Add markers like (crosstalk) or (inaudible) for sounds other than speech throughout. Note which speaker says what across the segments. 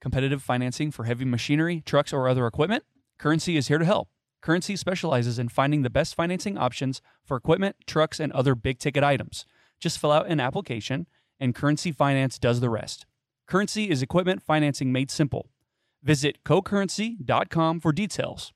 Speaker 1: competitive financing for heavy machinery, trucks, or other equipment? Currency is here to help. Currency specializes in finding the best financing options for equipment, trucks, and other big ticket items. Just fill out an application, and Currency Finance does the rest. Currency is equipment financing made simple. Visit cocurrency.com for details.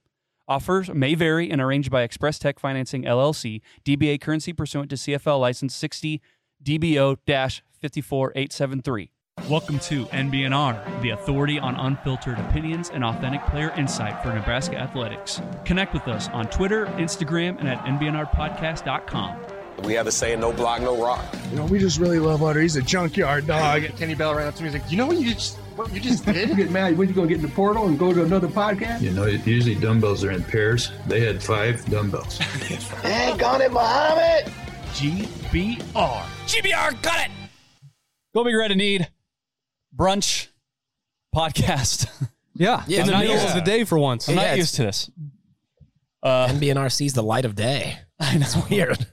Speaker 1: Offers may vary and arranged by Express Tech Financing LLC, DBA currency pursuant to CFL license 60 DBO 54873. Welcome to NBNR, the authority on unfiltered opinions and authentic player insight for Nebraska athletics. Connect with us on Twitter, Instagram, and at NBNRpodcast.com.
Speaker 2: We have a saying, no block, no rock.
Speaker 3: You know, we just really love Otter. He's a junkyard dog.
Speaker 4: Kenny Bell ran up to me. He's like, "You know what you just what you just did?
Speaker 5: get mad. What you gonna get in the portal and go to another podcast?
Speaker 6: You know, usually dumbbells are in pairs. They had five dumbbells.
Speaker 4: Dang on it, Muhammad!
Speaker 1: GBR. GBR, got it! Go Big Red and Need, brunch, podcast. (laughs)
Speaker 7: Yeah,
Speaker 8: Yeah,
Speaker 7: in the
Speaker 8: it's
Speaker 7: middle
Speaker 8: nice.
Speaker 7: of the day for once.
Speaker 1: I'm
Speaker 8: Yeah,
Speaker 1: not
Speaker 8: it's-
Speaker 1: used to this.
Speaker 8: NBNR sees the light of day.
Speaker 1: I know.
Speaker 8: Weird.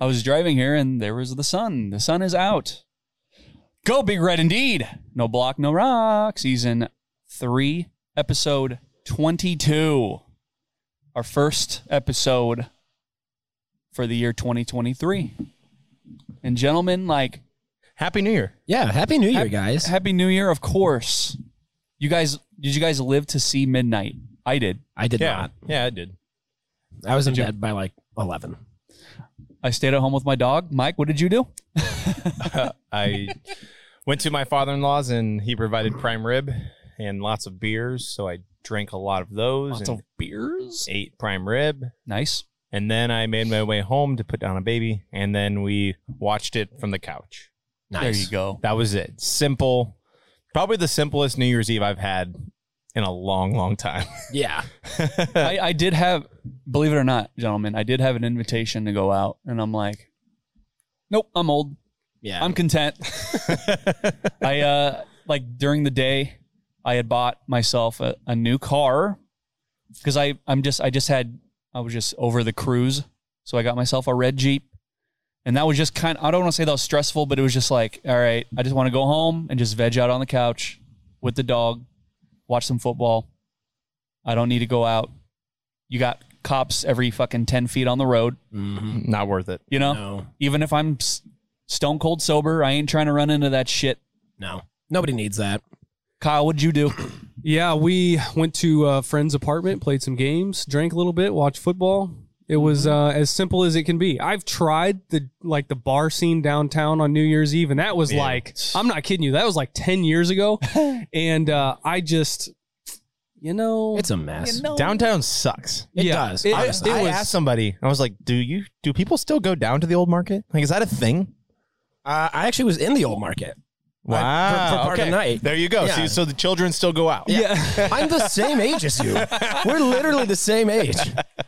Speaker 1: I was driving here and there was the sun. The sun is out. Go Big Red indeed. No block, no rock. Season three, episode 22. Our first episode for the year 2023. And gentlemen, like,
Speaker 7: Happy New Year.
Speaker 8: Yeah, happy new year,
Speaker 1: Hap-
Speaker 8: guys.
Speaker 1: Happy New Year, of course. You guys, did you guys live to see midnight? I did.
Speaker 8: I did
Speaker 7: Yeah,
Speaker 8: not.
Speaker 7: yeah, I did.
Speaker 8: I was in bed by like eleven.
Speaker 1: I stayed at home with my dog. Mike, what did you do?
Speaker 4: I (laughs) went to my father-in-law's and he provided prime rib and lots of beers, so I drank a lot of those
Speaker 1: Lots
Speaker 4: and
Speaker 1: of beers.
Speaker 4: ate prime rib.
Speaker 1: Nice.
Speaker 4: And then I made my way home to put down a baby, and then we watched it from the couch.
Speaker 1: There
Speaker 8: Nice.
Speaker 1: you go.
Speaker 4: That was it. Simple, probably the simplest New Year's Eve I've had in a long, long time. (laughs)
Speaker 8: Yeah.
Speaker 1: (laughs) I, I did have, believe it or not, gentlemen, I did have an invitation to go out, and I'm like, nope, I'm old.
Speaker 8: Yeah.
Speaker 1: I'm content. I uh, like during the day, I had bought myself a, a new car because I I'm just I just had I was just over the cruise, so I got myself a red Jeep, and that was just kind. I don't want to say that was stressful, but it was just like, all right, I just want to go home and just veg out on the couch with the dog, watch some football. I don't need to go out. You got cops every fucking ten feet on the road.
Speaker 4: Not worth it.
Speaker 1: You know,
Speaker 8: No.
Speaker 1: even if I'm s- stone cold sober, I ain't trying to run into that shit.
Speaker 8: No. Nobody needs that.
Speaker 1: Kyle, what'd you do?
Speaker 7: (clears throat) Yeah, we went to a friend's apartment, played some games, drank a little bit, watched football. It
Speaker 1: Mm-hmm.
Speaker 7: was uh, as simple as it can be. I've tried the like the bar scene downtown on New Year's Eve, and that was like I'm not kidding you. That was like ten years
Speaker 1: (laughs)
Speaker 7: ago, and uh, I just you know
Speaker 8: It's a mess.
Speaker 4: Downtown sucks.
Speaker 8: It
Speaker 7: yeah,
Speaker 8: does.
Speaker 7: It,
Speaker 4: I,
Speaker 8: honestly.
Speaker 4: I
Speaker 7: was-
Speaker 4: asked somebody. I was like, "Do you? Do people still go down to the old market? Like, is that a thing?"
Speaker 8: Uh, I actually was in the old market.
Speaker 4: Wow.
Speaker 8: for part of the night.
Speaker 4: There you go.
Speaker 8: Yeah.
Speaker 4: So, so the children still go out.
Speaker 8: (laughs) Yeah. I'm the same age as you. We're literally the same age.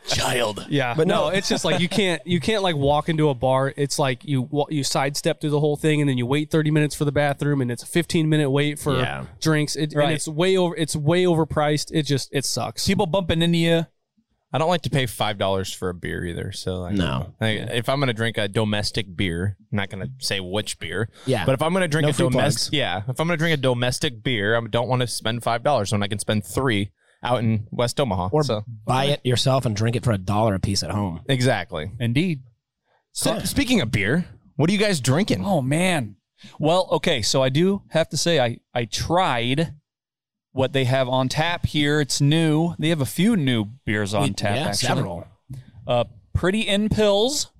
Speaker 8: Child.
Speaker 7: Yeah, but
Speaker 8: But
Speaker 7: no,
Speaker 8: no.
Speaker 7: it's just like you can't you can't like walk into a bar. It's like you wa- you sidestep through the whole thing, and then you wait thirty minutes for the bathroom, and it's a fifteen minute wait for
Speaker 8: Yeah.
Speaker 7: drinks. It,
Speaker 1: Right.
Speaker 7: And it's way over it's way overpriced. It just it sucks.
Speaker 1: People bumping into you.
Speaker 4: I don't like to pay five dollars for a beer either. So like,
Speaker 8: No.
Speaker 4: like, if I'm gonna drink a domestic beer, I'm not gonna say which beer.
Speaker 8: Yeah.
Speaker 4: But if I'm gonna drink
Speaker 8: No
Speaker 4: a
Speaker 8: free plugs.
Speaker 4: domestic, yeah, if I'm gonna drink a domestic beer, I don't want to spend five dollars when I can spend three out in West Omaha.
Speaker 8: Or
Speaker 4: so
Speaker 8: buy it yourself and drink it for a dollar a piece at home.
Speaker 4: exactly.
Speaker 1: Indeed.
Speaker 4: So, speaking of beer, what are you guys drinking?
Speaker 1: Oh man. Well, okay, so I do have to say I I tried what they have on tap here. It's new. They have a few new beers on
Speaker 8: We-
Speaker 1: tap
Speaker 8: yeah,
Speaker 1: actually.
Speaker 8: several.
Speaker 1: Uh Pretty in Pills.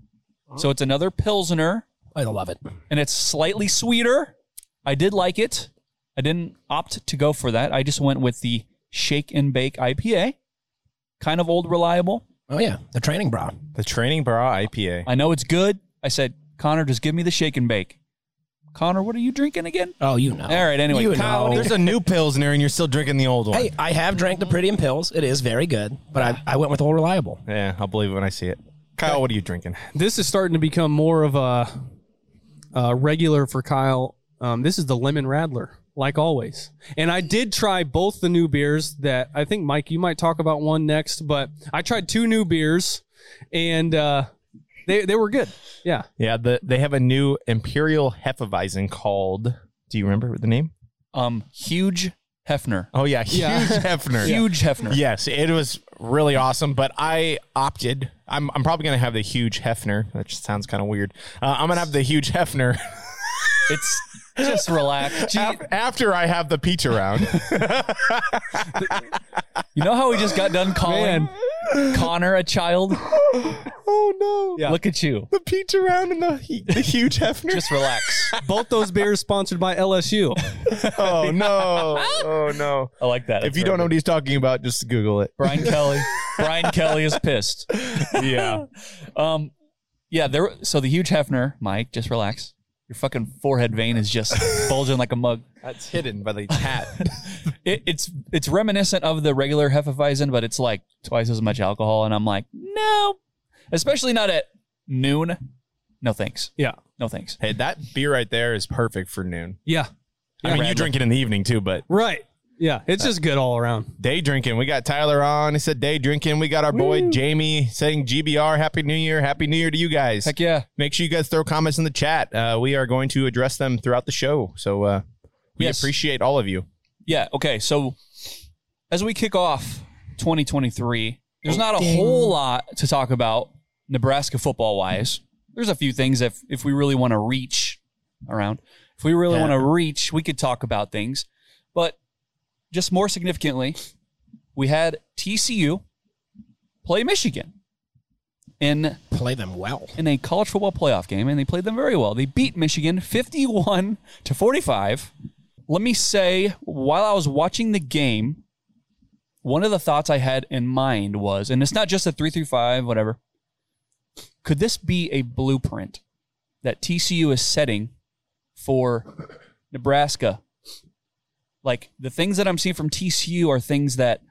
Speaker 1: So it's another Pilsner
Speaker 8: I love it.
Speaker 1: and it's slightly sweeter. I did like it. I didn't opt to go for that. I just went with the Shake and Bake IPA. Kind of old reliable.
Speaker 8: Oh yeah, the training bra.
Speaker 4: The Training Bra IPA.
Speaker 1: I know it's good. I said, Connor, just give me the shake and bake. Connor, what are you drinking again?
Speaker 8: Oh, you know.
Speaker 1: All right, anyway,
Speaker 8: You
Speaker 1: Kyle,
Speaker 8: know.
Speaker 4: There's a new Pilsner and you're still drinking the old one.
Speaker 8: Hey, I have drank the Pretium Pills. It is very good, but I, I went with Old Reliable.
Speaker 4: Yeah, I'll believe it when I see it. Kyle, what are you drinking?
Speaker 9: This is starting to become more of a, a regular for Kyle. Um, this is the Lemon Rattler, like always. And I did try both the new beers that I think, Mike, you might talk about one next, but I tried two new beers and uh, they, they were good. Yeah.
Speaker 4: Yeah, the, they have a new Imperial Hefeweizen called. Do you remember the name?
Speaker 1: um, huge Hefner,
Speaker 4: Oh yeah, huge (laughs) Hefner.
Speaker 1: huge Hefner.
Speaker 4: Yes, it was really awesome. But I opted. I'm, I'm probably gonna have the huge Hefner. That just sounds kind of weird. Uh, I'm gonna have the huge Hefner (laughs)
Speaker 1: It's
Speaker 9: (laughs)
Speaker 1: just relax. Gee,
Speaker 4: af- after I have the peach (laughs) around.
Speaker 1: you know how we just got done calling Connor a child?
Speaker 4: oh no!
Speaker 9: Yeah.
Speaker 1: Look at you.
Speaker 4: The peach around and the, hu- the huge Hefner.
Speaker 1: Just relax.
Speaker 9: Both those beers sponsored by LSU.
Speaker 4: (laughs) oh (laughs) no! Oh no!
Speaker 1: I like that.
Speaker 4: If you don't know what he's talking about, just Google it.
Speaker 9: (laughs)
Speaker 1: Brian Kelly, Brian Kelly is pissed.
Speaker 4: Yeah.
Speaker 1: Um, yeah, there. So the huge Hefner, Mike, just relax. Your fucking forehead vein is just bulging like a mug.
Speaker 4: That's hidden by the hat.
Speaker 1: It, it's it's reminiscent of the regular Hefeweizen, but it's like twice as much alcohol. And I'm like, no, especially not at noon. No thanks.
Speaker 9: Yeah.
Speaker 1: No thanks.
Speaker 4: (laughs) hey, that beer right there is perfect for noon.
Speaker 9: Yeah.
Speaker 4: I mean, you drink it in the evening too, but
Speaker 9: Right. Yeah. It's
Speaker 1: Uh,
Speaker 9: just good all around.
Speaker 4: day drinking. We got Tyler on. He said day drinking. We got our boy Jamie saying GBR. Happy New Year. Happy New Year to you guys.
Speaker 1: Heck yeah.
Speaker 4: Make sure you guys throw comments in the chat. Uh, we are going to address them throughout the show. So uh, we
Speaker 1: Yes.
Speaker 4: appreciate all of you.
Speaker 1: Yeah. Okay. So as we kick off 2023, there's not a whole lot to talk about Nebraska football wise. There's a few things if if we really want to reach around, if we really want to reach, we could talk about things. But just more significantly, we had TCU play Michigan in
Speaker 8: Play them well.
Speaker 1: in a college football playoff game, and they played them very well. They beat Michigan 51 to 45. Let me say, while I was watching the game, one of the thoughts I had in mind was, and it's not just a 3 through 5, whatever, could this be a blueprint that TCU is setting for Nebraska? Like the things that I'm seeing from TCU are things that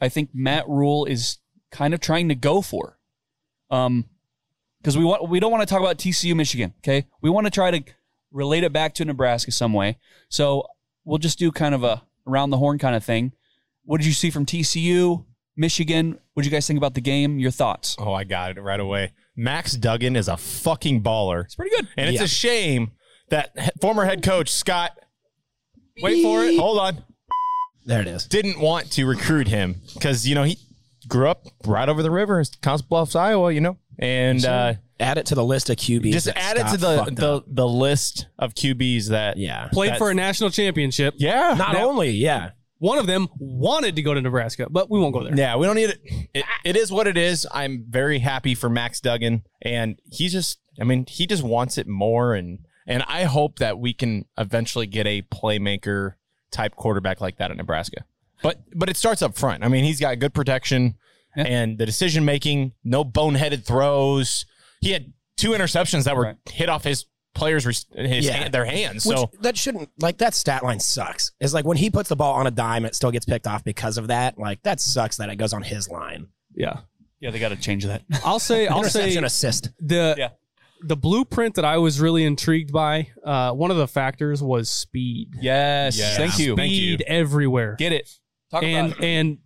Speaker 1: I think Matt Rule is kind of trying to go for. Um, because we want we don't want to talk about TCU Michigan. Okay, we want to try to relate it back to Nebraska some way. So we'll just do kind of a around the horn kind of thing. What did you see from TCU Michigan? What did you guys think about the game? Your thoughts?
Speaker 4: Oh, I got it right away. Max Duggan is a fucking baller.
Speaker 1: It's pretty good.
Speaker 4: And it's
Speaker 8: Yeah.
Speaker 4: a shame that he- former head coach Scott, wait for it, hold on,
Speaker 8: There it is.
Speaker 4: didn't want to recruit him because, you know, he grew up right over the river in Council Bluffs, Iowa, you know, and uh,
Speaker 8: Add it to the list of QBs.
Speaker 4: just
Speaker 8: that
Speaker 4: add it to
Speaker 8: Scott
Speaker 4: the,
Speaker 8: fucked
Speaker 4: the,
Speaker 8: up.
Speaker 4: the list of QBs that.
Speaker 8: yeah.
Speaker 9: Played
Speaker 4: That's-
Speaker 9: for a national championship.
Speaker 4: Yeah.
Speaker 8: Not only, yeah.
Speaker 9: One of them wanted to go to Nebraska, but we won't go there.
Speaker 4: Yeah, we don't need it. it. It is what it is. I'm very happy for Max Duggan, and he just, I mean, he just wants it more, and and I hope that we can eventually get a playmaker type quarterback like that in Nebraska. But but it starts up front. I mean, he's got good protection and the decision making, no boneheaded throws. He had two interceptions that were
Speaker 1: Right.
Speaker 4: hit off his players' res- his
Speaker 8: Yeah.
Speaker 4: hand, their hands.
Speaker 8: Which
Speaker 4: so
Speaker 8: that shouldn't like that stat line sucks. It's like when he puts the ball on a dime, it still gets picked off because of that. Like that sucks that it goes on his line.
Speaker 9: Yeah.
Speaker 1: Yeah, they got to change that.
Speaker 9: (laughs) I'll say I'll say
Speaker 8: Interception assist.
Speaker 9: the
Speaker 1: Yeah.
Speaker 9: the blueprint that I was really intrigued by. Uh, one of the factors was speed.
Speaker 1: yes,
Speaker 4: Yeah.
Speaker 1: thank you.
Speaker 4: Thank you.
Speaker 9: Speed everywhere.
Speaker 1: Get it. Talk
Speaker 9: and
Speaker 1: about it.
Speaker 9: and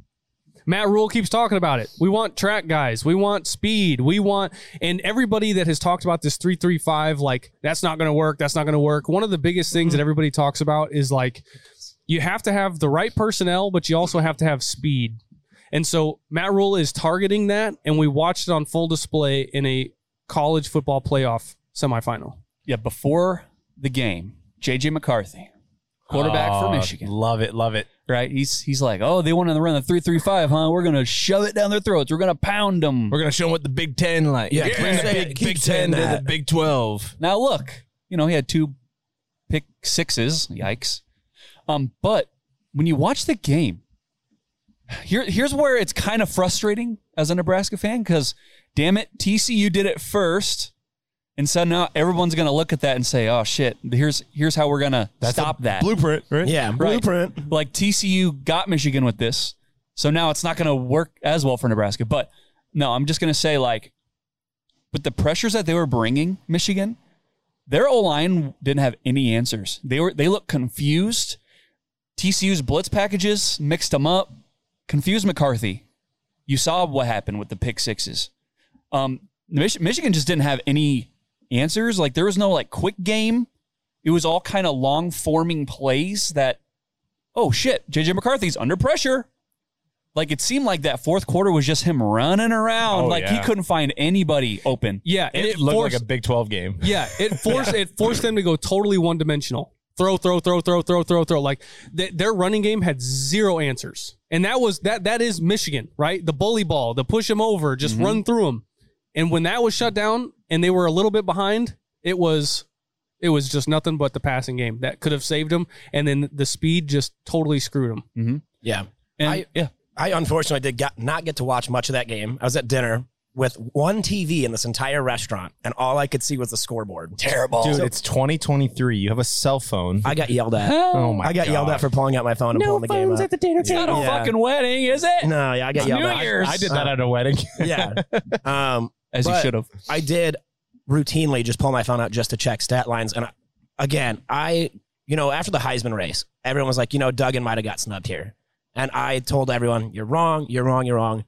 Speaker 9: Matt Rule keeps talking about it. We want track guys. We want speed. We want and everybody that has talked about this 335 like that's not going to work. That's not going to work. One of the biggest things
Speaker 1: Mm-hmm.
Speaker 9: that everybody talks about is like you have to have the right personnel, but you also have to have speed. And so Matt Rule is targeting that and we watched it on full display in a college football playoff semifinal.
Speaker 1: Yeah, before the game, JJ McCarthy, quarterback for
Speaker 9: Ah,
Speaker 4: Oh,
Speaker 1: Michigan.
Speaker 4: love it, love it.
Speaker 1: Right? He's he's like, oh, they want to run the three three five, huh? We're gonna shove it down their throats. We're gonna pound them.
Speaker 4: We're gonna show him what the Big Ten like.
Speaker 8: Yeah, keep saying- keep saying that.
Speaker 4: Big Twelve.
Speaker 1: Now look, you know, he had two pick sixes. Yikes. Um, but when you watch the game, here, here's where it's kind of frustrating as a Nebraska fan, because damn it, TCU did it first. And so now everyone's going to look at that and say, "Oh shit, here's here's how we're going to stop that."
Speaker 4: Blueprint, right?
Speaker 8: Yeah,
Speaker 1: Right.
Speaker 8: blueprint.
Speaker 1: Like TCU got Michigan with this, so now it's not going to work as well for Nebraska. But no, I'm just going to say like, with the pressures that they were bringing Michigan, their O line didn't have any answers. They were they looked confused. TCU's blitz packages mixed them up, confused McCarthy. You saw what happened with the pick sixes. Um, Mich- Michigan just didn't have any answers. Like there was no like quick game. It was all kind of long forming plays that oh shit, JJ McCarthy's under pressure. Like it seemed like that fourth quarter was just him running around.
Speaker 4: Oh,
Speaker 1: like
Speaker 4: yeah.
Speaker 1: he couldn't find anybody open.
Speaker 3: Yeah,
Speaker 4: It,
Speaker 3: and it,
Speaker 4: looked
Speaker 3: forced,
Speaker 4: like a Big 12 game.
Speaker 3: yeah, it forced (laughs) it forced them to go totally one dimensional. Throw, throw, throw, throw, throw, throw, throw. Like th- their running game had zero answers, and that was that. That is Michigan, right? The bully ball, the push them over, just
Speaker 8: Mm-hmm.
Speaker 3: run through them. And when that was shut down, and they were a little bit behind, it was it was just nothing but the passing game (laughs) that could have saved them, and then the speed just totally screwed them.
Speaker 8: Yeah.
Speaker 1: And
Speaker 8: I-
Speaker 1: yeah,
Speaker 8: I unfortunately did got, not get to watch much of that game. I was at dinner with one TV in this entire restaurant, and all I could see was the scoreboard. Terrible.
Speaker 4: Dude,
Speaker 8: So
Speaker 4: it's 2023. You have a cell phone.
Speaker 8: I got yelled at.
Speaker 4: oh my
Speaker 8: I got yelled
Speaker 4: God.
Speaker 8: at for pulling out my phone and pulling the game up.
Speaker 3: the dinner
Speaker 1: it's not a
Speaker 8: Yeah.
Speaker 1: fucking wedding, is it?
Speaker 8: no, yeah, I got
Speaker 1: It's
Speaker 8: yelled
Speaker 1: New
Speaker 8: at. I-
Speaker 1: Year's.
Speaker 4: I did that at a wedding. (laughs)
Speaker 8: yeah.
Speaker 1: (laughs)
Speaker 8: Um,
Speaker 1: As you
Speaker 8: But-
Speaker 1: should have.
Speaker 8: I did routinely just pull my phone out just to check stat lines. And I, again, I, you know, after the Heisman race, everyone was like, you know, Duggan might have got snubbed here. And I told everyone, you're wrong, you're wrong, you're wrong.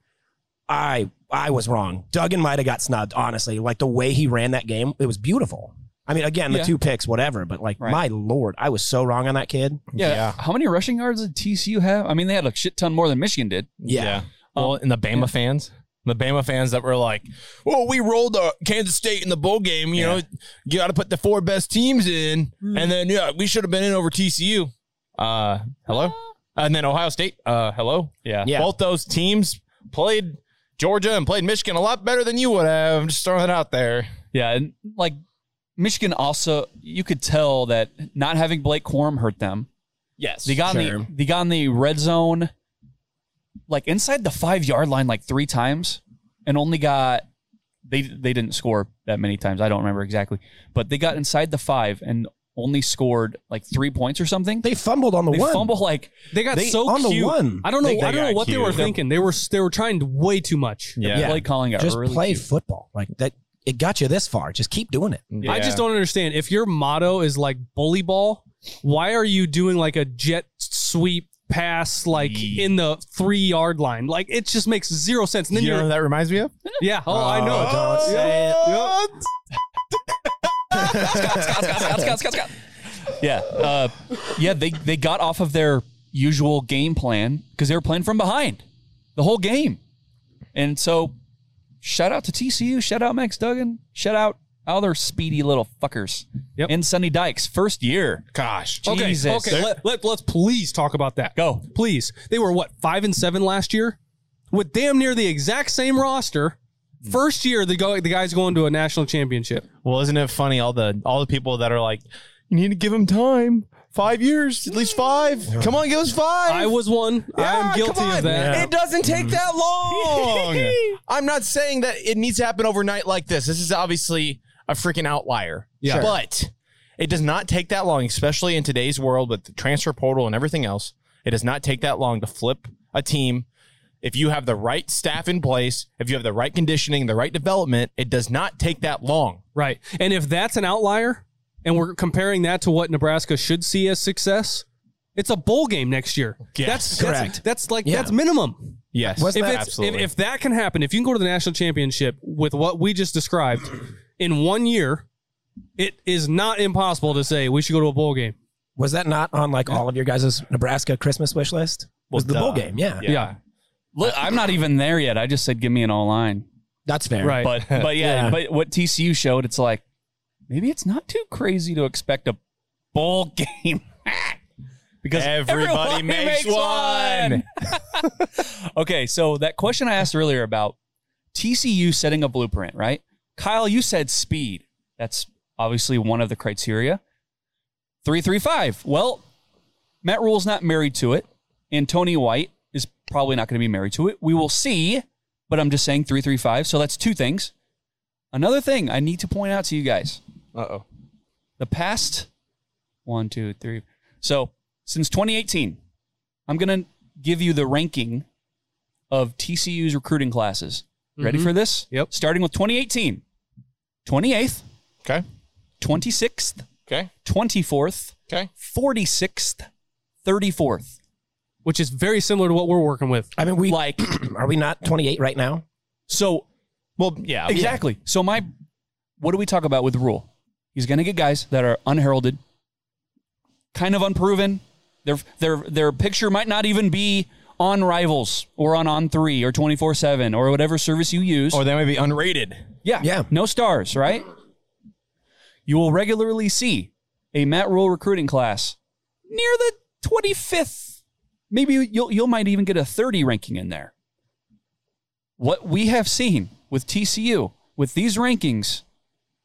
Speaker 8: I I was wrong. Duggan might have got snubbed, honestly. Like the way he ran that game, it was beautiful. I mean, again, the
Speaker 1: Yeah.
Speaker 8: two picks, whatever, but like,
Speaker 1: Right.
Speaker 8: my lord, I was so wrong on that kid.
Speaker 1: Yeah. How many rushing yards did TCU have? I mean, they had a shit ton more than Michigan did.
Speaker 8: Yeah.
Speaker 3: Uh,
Speaker 4: Well, and the Bama fans, the Bama fans that were like, "Well, we rolled uh, Kansas State in the bowl game. You know, you got to put the four best teams in, and then yeah, we should have been in over TCU. Uh, hello, and then Ohio State. Uh, hello.
Speaker 1: Yeah.
Speaker 8: Yeah.
Speaker 4: both those teams played Georgia and played Michigan a lot better than you would have. I'm just throwing it out there.
Speaker 1: Yeah, and like Michigan also, you could tell that not having Blake Quorum hurt them.
Speaker 4: Yes,
Speaker 1: They got in
Speaker 8: Sure.
Speaker 1: the they got in the red zone, like inside the five yard line, like three times, and only got they they didn't score that many times. I don't remember exactly, but they got inside the five and only scored like three points or something.
Speaker 8: They fumbled on the
Speaker 1: They
Speaker 8: one.
Speaker 1: fumble like
Speaker 3: They got
Speaker 8: They-
Speaker 3: so
Speaker 8: on the
Speaker 3: cute.
Speaker 8: one.
Speaker 3: I don't know.
Speaker 4: They- they
Speaker 3: I don't know
Speaker 4: got
Speaker 3: what they
Speaker 4: cute.
Speaker 3: were thinking. They were they were trying way too much.
Speaker 4: Yeah.
Speaker 1: play calling got
Speaker 8: just
Speaker 1: really
Speaker 8: play
Speaker 1: cute.
Speaker 8: football. Like that, it got you this far. Just keep doing it.
Speaker 3: I just don't understand. If your motto is like bully ball, why are you doing like a jet sweep pass like in the three yard line? Like it just makes zero sense. And then
Speaker 4: You know
Speaker 3: you're
Speaker 4: what that reminds me of?
Speaker 3: yeah. Oh, I know.
Speaker 8: don't say it.
Speaker 1: Yeah, uh, yeah. They they got off of their usual game plan because they were playing from behind the whole game, and so shout out to TCU, shout out Max Duggan, shout out other speedy little fuckers
Speaker 3: Yep.
Speaker 1: and Sonny Dykes first year.
Speaker 4: Gosh,
Speaker 3: Okay.
Speaker 1: Jesus.
Speaker 3: Okay. Let, let let's please talk about that.
Speaker 1: Go.
Speaker 3: please. They were what five and seven last year, with damn near the exact same roster. First year, the go the guys going to a national championship.
Speaker 4: Well, isn't it funny all the all the people that are like, you need to give him time, five years, at least five. Come on, give us five.
Speaker 3: I was one. I am guilty
Speaker 4: Ah, come on.
Speaker 3: of that.
Speaker 4: It doesn't
Speaker 3: Mm.
Speaker 4: take
Speaker 3: (laughs)
Speaker 4: that long. I'm not saying that it needs to happen overnight like this. This is obviously a freaking outlier.
Speaker 3: Yeah. Sure.
Speaker 4: But it does not take that long, especially in today's world with the transfer portal and everything else. It does not take that long to flip a team. If you have the right staff in place, if you have the right conditioning, the right development, it does not take that long.
Speaker 3: Right. And if that's an outlier and we're comparing that to what Nebraska should see as success, it's a bowl game next year.
Speaker 4: Yes.
Speaker 3: That's that's-
Speaker 8: Correct.
Speaker 3: That's, like
Speaker 8: Yeah.
Speaker 3: that's minimum.
Speaker 4: Yes.
Speaker 8: What's
Speaker 3: If
Speaker 8: that?
Speaker 3: it's if, if that can happen, if you can go to the national championship with what we just described in one year, it is not impossible to say we should go to a bowl game.
Speaker 8: Was that not on like all of your guys' Nebraska Christmas wish list? was the bowl game? Yeah,
Speaker 3: Yeah.
Speaker 1: Look, I'm not even there yet. I just said give me an all line,
Speaker 8: that's fair.
Speaker 3: Right.
Speaker 1: but but yeah,
Speaker 3: (laughs)
Speaker 8: Yeah.
Speaker 1: but what TCU showed, it's like maybe it's not too crazy to expect a bowl (laughs) game. Because everyone
Speaker 4: Everybody makes one. (laughs)
Speaker 1: okay, so that question I asked earlier about TCU setting a blueprint, right? Kyle, you said speed. That's obviously one of the criteria. 335. Well, Matt Rule's not married to it, and Tony White is probably not going to be married to it. We will see, but I'm just saying 335. So that's two things.
Speaker 3: Another thing I need to point out to you guys
Speaker 4: Uh oh.
Speaker 3: the past one, two, three. So since 2018, I'm going to give you the ranking of TCU's recruiting classes. Ready for this?
Speaker 1: Yep.
Speaker 3: Starting with 2018, 28th,
Speaker 4: Okay.
Speaker 3: 26th,
Speaker 4: Okay.
Speaker 3: 24th,
Speaker 4: Okay.
Speaker 3: 46th, 34th.
Speaker 1: which is very similar to what we're working with.
Speaker 8: I mean, we
Speaker 3: Like,
Speaker 8: (clears throat) are we not 28 right now?
Speaker 3: so
Speaker 4: Well, yeah.
Speaker 3: Exactly. So my, what do we talk about with the rule? He's going to get guys that are unheralded, kind of unproven. Their their their picture might not even be on Rivals or on On Three or twenty four seven or whatever service you use.
Speaker 4: Or they may be unrated.
Speaker 3: yeah,
Speaker 8: Yeah.
Speaker 3: no stars, right? You will regularly see a Matt Rule recruiting class near the twenty fifth. Maybe you'll you'll might even get a thirty ranking in there what we have seen with TCU with these rankings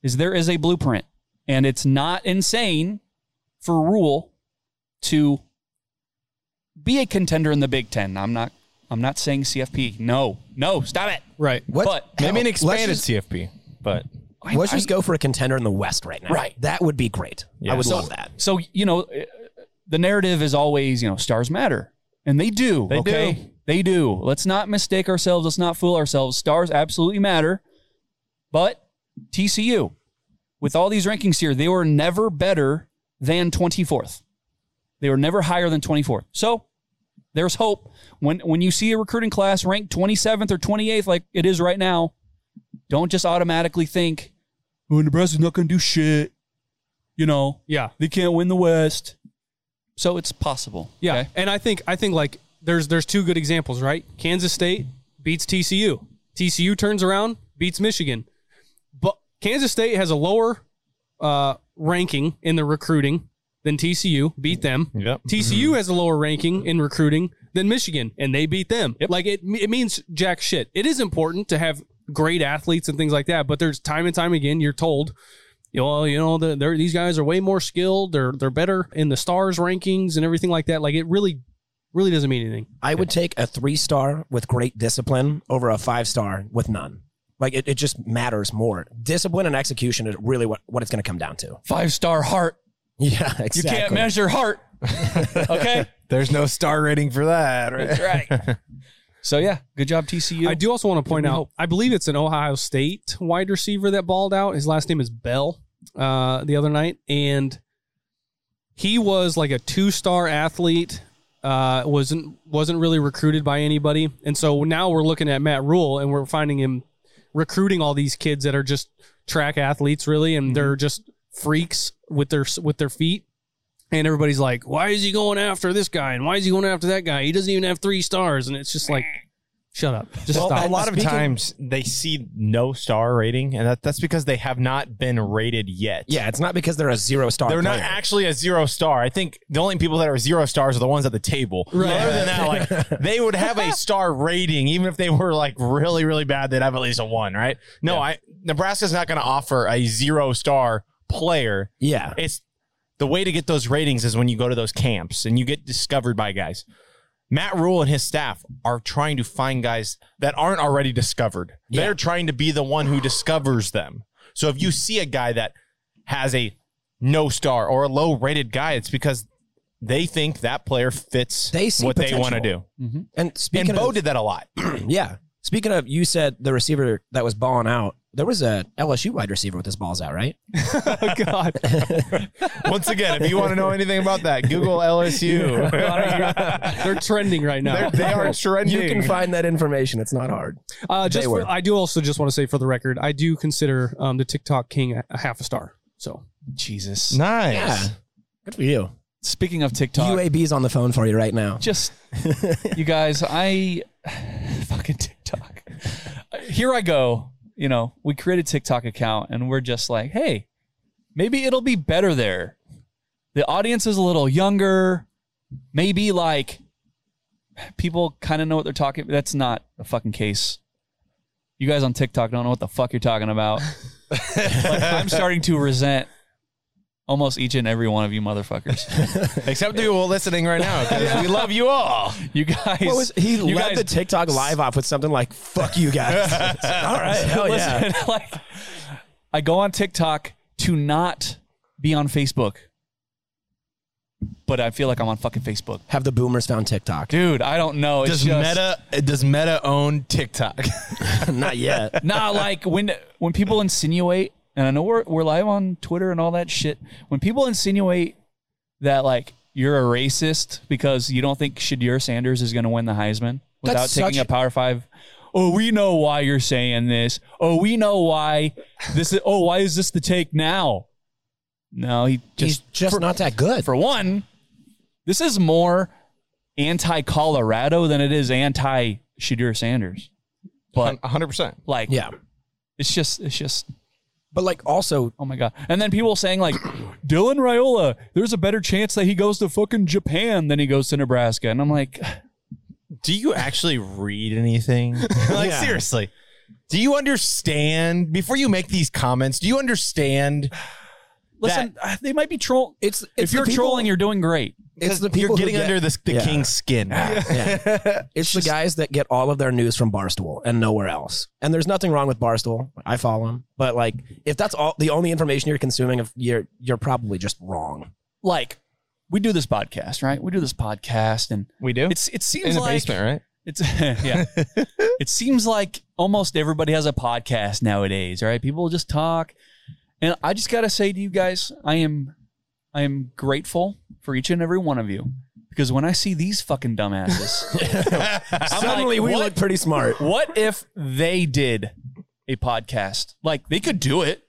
Speaker 3: is there is a blueprint and it's not insane for rule to be a contender in the Big 10. I'm not I'm not saying CFP. No. No, stop it.
Speaker 1: Right.
Speaker 8: What?
Speaker 3: But
Speaker 4: Maybe an
Speaker 8: Let's
Speaker 4: expanded
Speaker 8: just-
Speaker 4: CFP, but
Speaker 3: I-
Speaker 8: Let's just
Speaker 3: I-
Speaker 8: go for a contender in the West right now.
Speaker 3: Right.
Speaker 8: That would be great.
Speaker 4: Yeah.
Speaker 8: I would
Speaker 4: So-
Speaker 8: love that.
Speaker 3: So, you know, uh, the narrative is always, you know, stars matter. And they do.
Speaker 4: They
Speaker 3: okay.
Speaker 4: do.
Speaker 3: They do. Let's not mistake ourselves. Let's not fool ourselves. Stars absolutely matter. But TCU, with all these rankings here, they were never better than 24th. They were never higher than 24th. So there's hope. When when you see a recruiting class ranked 27th or 28th, like it is right now, don't just automatically think, oh, Nebraska's not going to do shit. You know,
Speaker 1: Yeah.
Speaker 3: they can't win the West. So it's possible.
Speaker 1: Yeah.
Speaker 3: Okay?
Speaker 1: And I think I think like there's there's two good examples, right? Kansas State beats TCU. TCU turns around, beats Michigan. But Kansas State has a lower uh, ranking in the recruiting than TCU, beat them.
Speaker 4: Yep. (laughs)
Speaker 1: TCU has a lower ranking in recruiting than Michigan, and they beat them. Like it, it means jack shit. It is important to have great athletes and things like that, but there's time and time again you're told, you know, you know, the, they're, these guys are way more skilled. They're they're better in the stars rankings and everything like that. Like it really, really doesn't mean anything.
Speaker 8: I would take a three star with great discipline over a five star with none. Like it, it just matters more. Discipline and execution is really what, what it's going to come down to.
Speaker 3: Five star heart.
Speaker 8: (laughs) Yeah,
Speaker 3: You
Speaker 8: exactly.
Speaker 3: can't measure heart. Okay.
Speaker 4: There's no star rating for that, right?
Speaker 3: right. So yeah, good job TCU.
Speaker 1: I do also want to point out, I believe it's an Ohio State wide receiver that balled out. His last name is Bell uh, the other night. And he was like a two star athlete, uh, wasn't wasn't really recruited by anybody. And so now we're looking at Matt Rule and we're finding him recruiting all these kids that are just track athletes really and they're just freaks with their with their feet and everybody's like why is he going after this guy and why is he going after that guy he doesn't even have three stars and it's just like shut up just
Speaker 4: Well,
Speaker 1: stop
Speaker 4: a lot of
Speaker 1: (laughs)
Speaker 8: Speaking-
Speaker 4: times they see no star rating, and that, that's because they have not been rated yet.
Speaker 8: Yeah, it's not because they're a zero star.
Speaker 4: They're not
Speaker 8: player.
Speaker 4: actually a zero star. I think the only people that are zero stars are the ones at the table.
Speaker 1: Right.
Speaker 4: Other than that, like they would have a star rating, even if they were like really, really bad, they'd have at least a one, right? No, I Nebraska's not gonna offer a zero star player.
Speaker 8: Yeah.
Speaker 4: It's the way to get those ratings is when you go to those camps and you get discovered by guys. Matt Rule and his staff are trying to find guys that aren't already discovered. They're trying to be the one who discovers them. So if you see a guy that has a no star or a low rated guy, it's because they think that player fits
Speaker 8: They see
Speaker 4: what they want to do.
Speaker 8: potential. And speaking
Speaker 4: And Bo
Speaker 8: of,
Speaker 4: did that
Speaker 8: (laughs)
Speaker 4: a lot.
Speaker 8: yeah. Speaking of, you said the receiver that was balling out. There was a LSU wide receiver with his balls out, right?
Speaker 1: Oh, god
Speaker 4: Once again, if you want to know anything about
Speaker 8: (laughs)
Speaker 4: that, Google LSU.
Speaker 1: they're trending right now
Speaker 4: They're-
Speaker 1: (laughs)
Speaker 4: they are trending.
Speaker 8: (laughs) You can find that information. It's not hard.
Speaker 1: Uh, just
Speaker 8: They
Speaker 1: for,
Speaker 8: were.
Speaker 1: I do also just want to say for the record, I do consider um, the TikTok King a, a half a star. So
Speaker 3: Jesus.
Speaker 4: nice.
Speaker 8: Yeah. Good for you.
Speaker 3: Speaking of TikTok,
Speaker 8: UAB's on the phone for you right now.
Speaker 3: just you guys, I fucking TikTok. Here I go. You know, we created TikTok account and we're just like, hey, maybe it'll be better there. The audience is a little younger. Maybe like people kind of know what they're talking. That's not the fucking case. You guys on TikTok don't know what the fuck you're talking about. Like,
Speaker 4: (laughs)
Speaker 3: I'm starting to resent almost each and every one of you motherfuckers.
Speaker 4: Except you all listening right now because we love you all.
Speaker 3: You guys,
Speaker 8: What was he
Speaker 3: you
Speaker 8: led
Speaker 1: (laughs)
Speaker 3: guys
Speaker 8: the TikTok live off with something like "fuck you guys"? All right, hell yeah.
Speaker 3: Listen, like
Speaker 1: I go on TikTok to not be on Facebook, but I feel like I'm on fucking Facebook.
Speaker 8: Have the boomers found TikTok?
Speaker 1: Dude, I don't know. It's
Speaker 4: Does
Speaker 1: just,
Speaker 4: Meta does Meta own TikTok?
Speaker 8: (laughs)
Speaker 4: (laughs)
Speaker 8: Not yet.
Speaker 1: Nah, like when when people insinuate, and I know we're we're live on Twitter and all that shit. When people insinuate that like you're a racist because you don't think Shadir Sanders is going to win the Heisman without
Speaker 8: That's
Speaker 1: taking
Speaker 8: such-
Speaker 1: a Power Five. Oh, we know why you're saying this. Oh, we know why this is. Oh, why is this the take now? No, he
Speaker 8: He's
Speaker 1: just
Speaker 8: just not that good.
Speaker 1: for one, this is more anti Colorado than it is anti Shadir Sanders. But
Speaker 4: hundred percent.
Speaker 1: like,
Speaker 8: yeah.
Speaker 1: it's just, it's just,
Speaker 8: But like also
Speaker 1: oh my god! And then people saying like, (coughs) Dylan Raiola, there's a better chance that he goes to fucking Japan than he goes to Nebraska, and I'm like,
Speaker 4: Do you actually read anything?
Speaker 1: (laughs)
Speaker 4: like
Speaker 8: Yeah.
Speaker 4: seriously. Do you understand before you make these comments? Do you understand?
Speaker 1: listen, uh, they might be troll.
Speaker 8: It's-
Speaker 1: if
Speaker 8: it's the
Speaker 1: you're
Speaker 8: people-
Speaker 1: trolling, you're doing great.
Speaker 8: it's the
Speaker 4: You're
Speaker 8: people
Speaker 4: getting
Speaker 8: who get-
Speaker 4: under the, the
Speaker 8: Yeah.
Speaker 4: king's skin.
Speaker 8: (laughs) Yeah. It's the guys that get all of their news from Barstool and nowhere else. And there's nothing wrong with Barstool. I follow him. But like if that's all the only information you're consuming of you're you're probably just wrong.
Speaker 1: Like, we do this podcast, right? We do this podcast, and
Speaker 4: We do.
Speaker 1: it's it seems
Speaker 4: in the
Speaker 1: like
Speaker 4: basement, right?
Speaker 1: It's (laughs) yeah. it seems like almost everybody has a podcast nowadays, right? People just talk. And I just got to say to you guys, I am I am grateful for each and every one of you because when I see these fucking
Speaker 8: (laughs)
Speaker 1: dumbasses, I'm
Speaker 8: Suddenly
Speaker 1: like,
Speaker 8: we
Speaker 1: what?
Speaker 8: look pretty smart.
Speaker 1: what if they did a podcast? Like they could do it.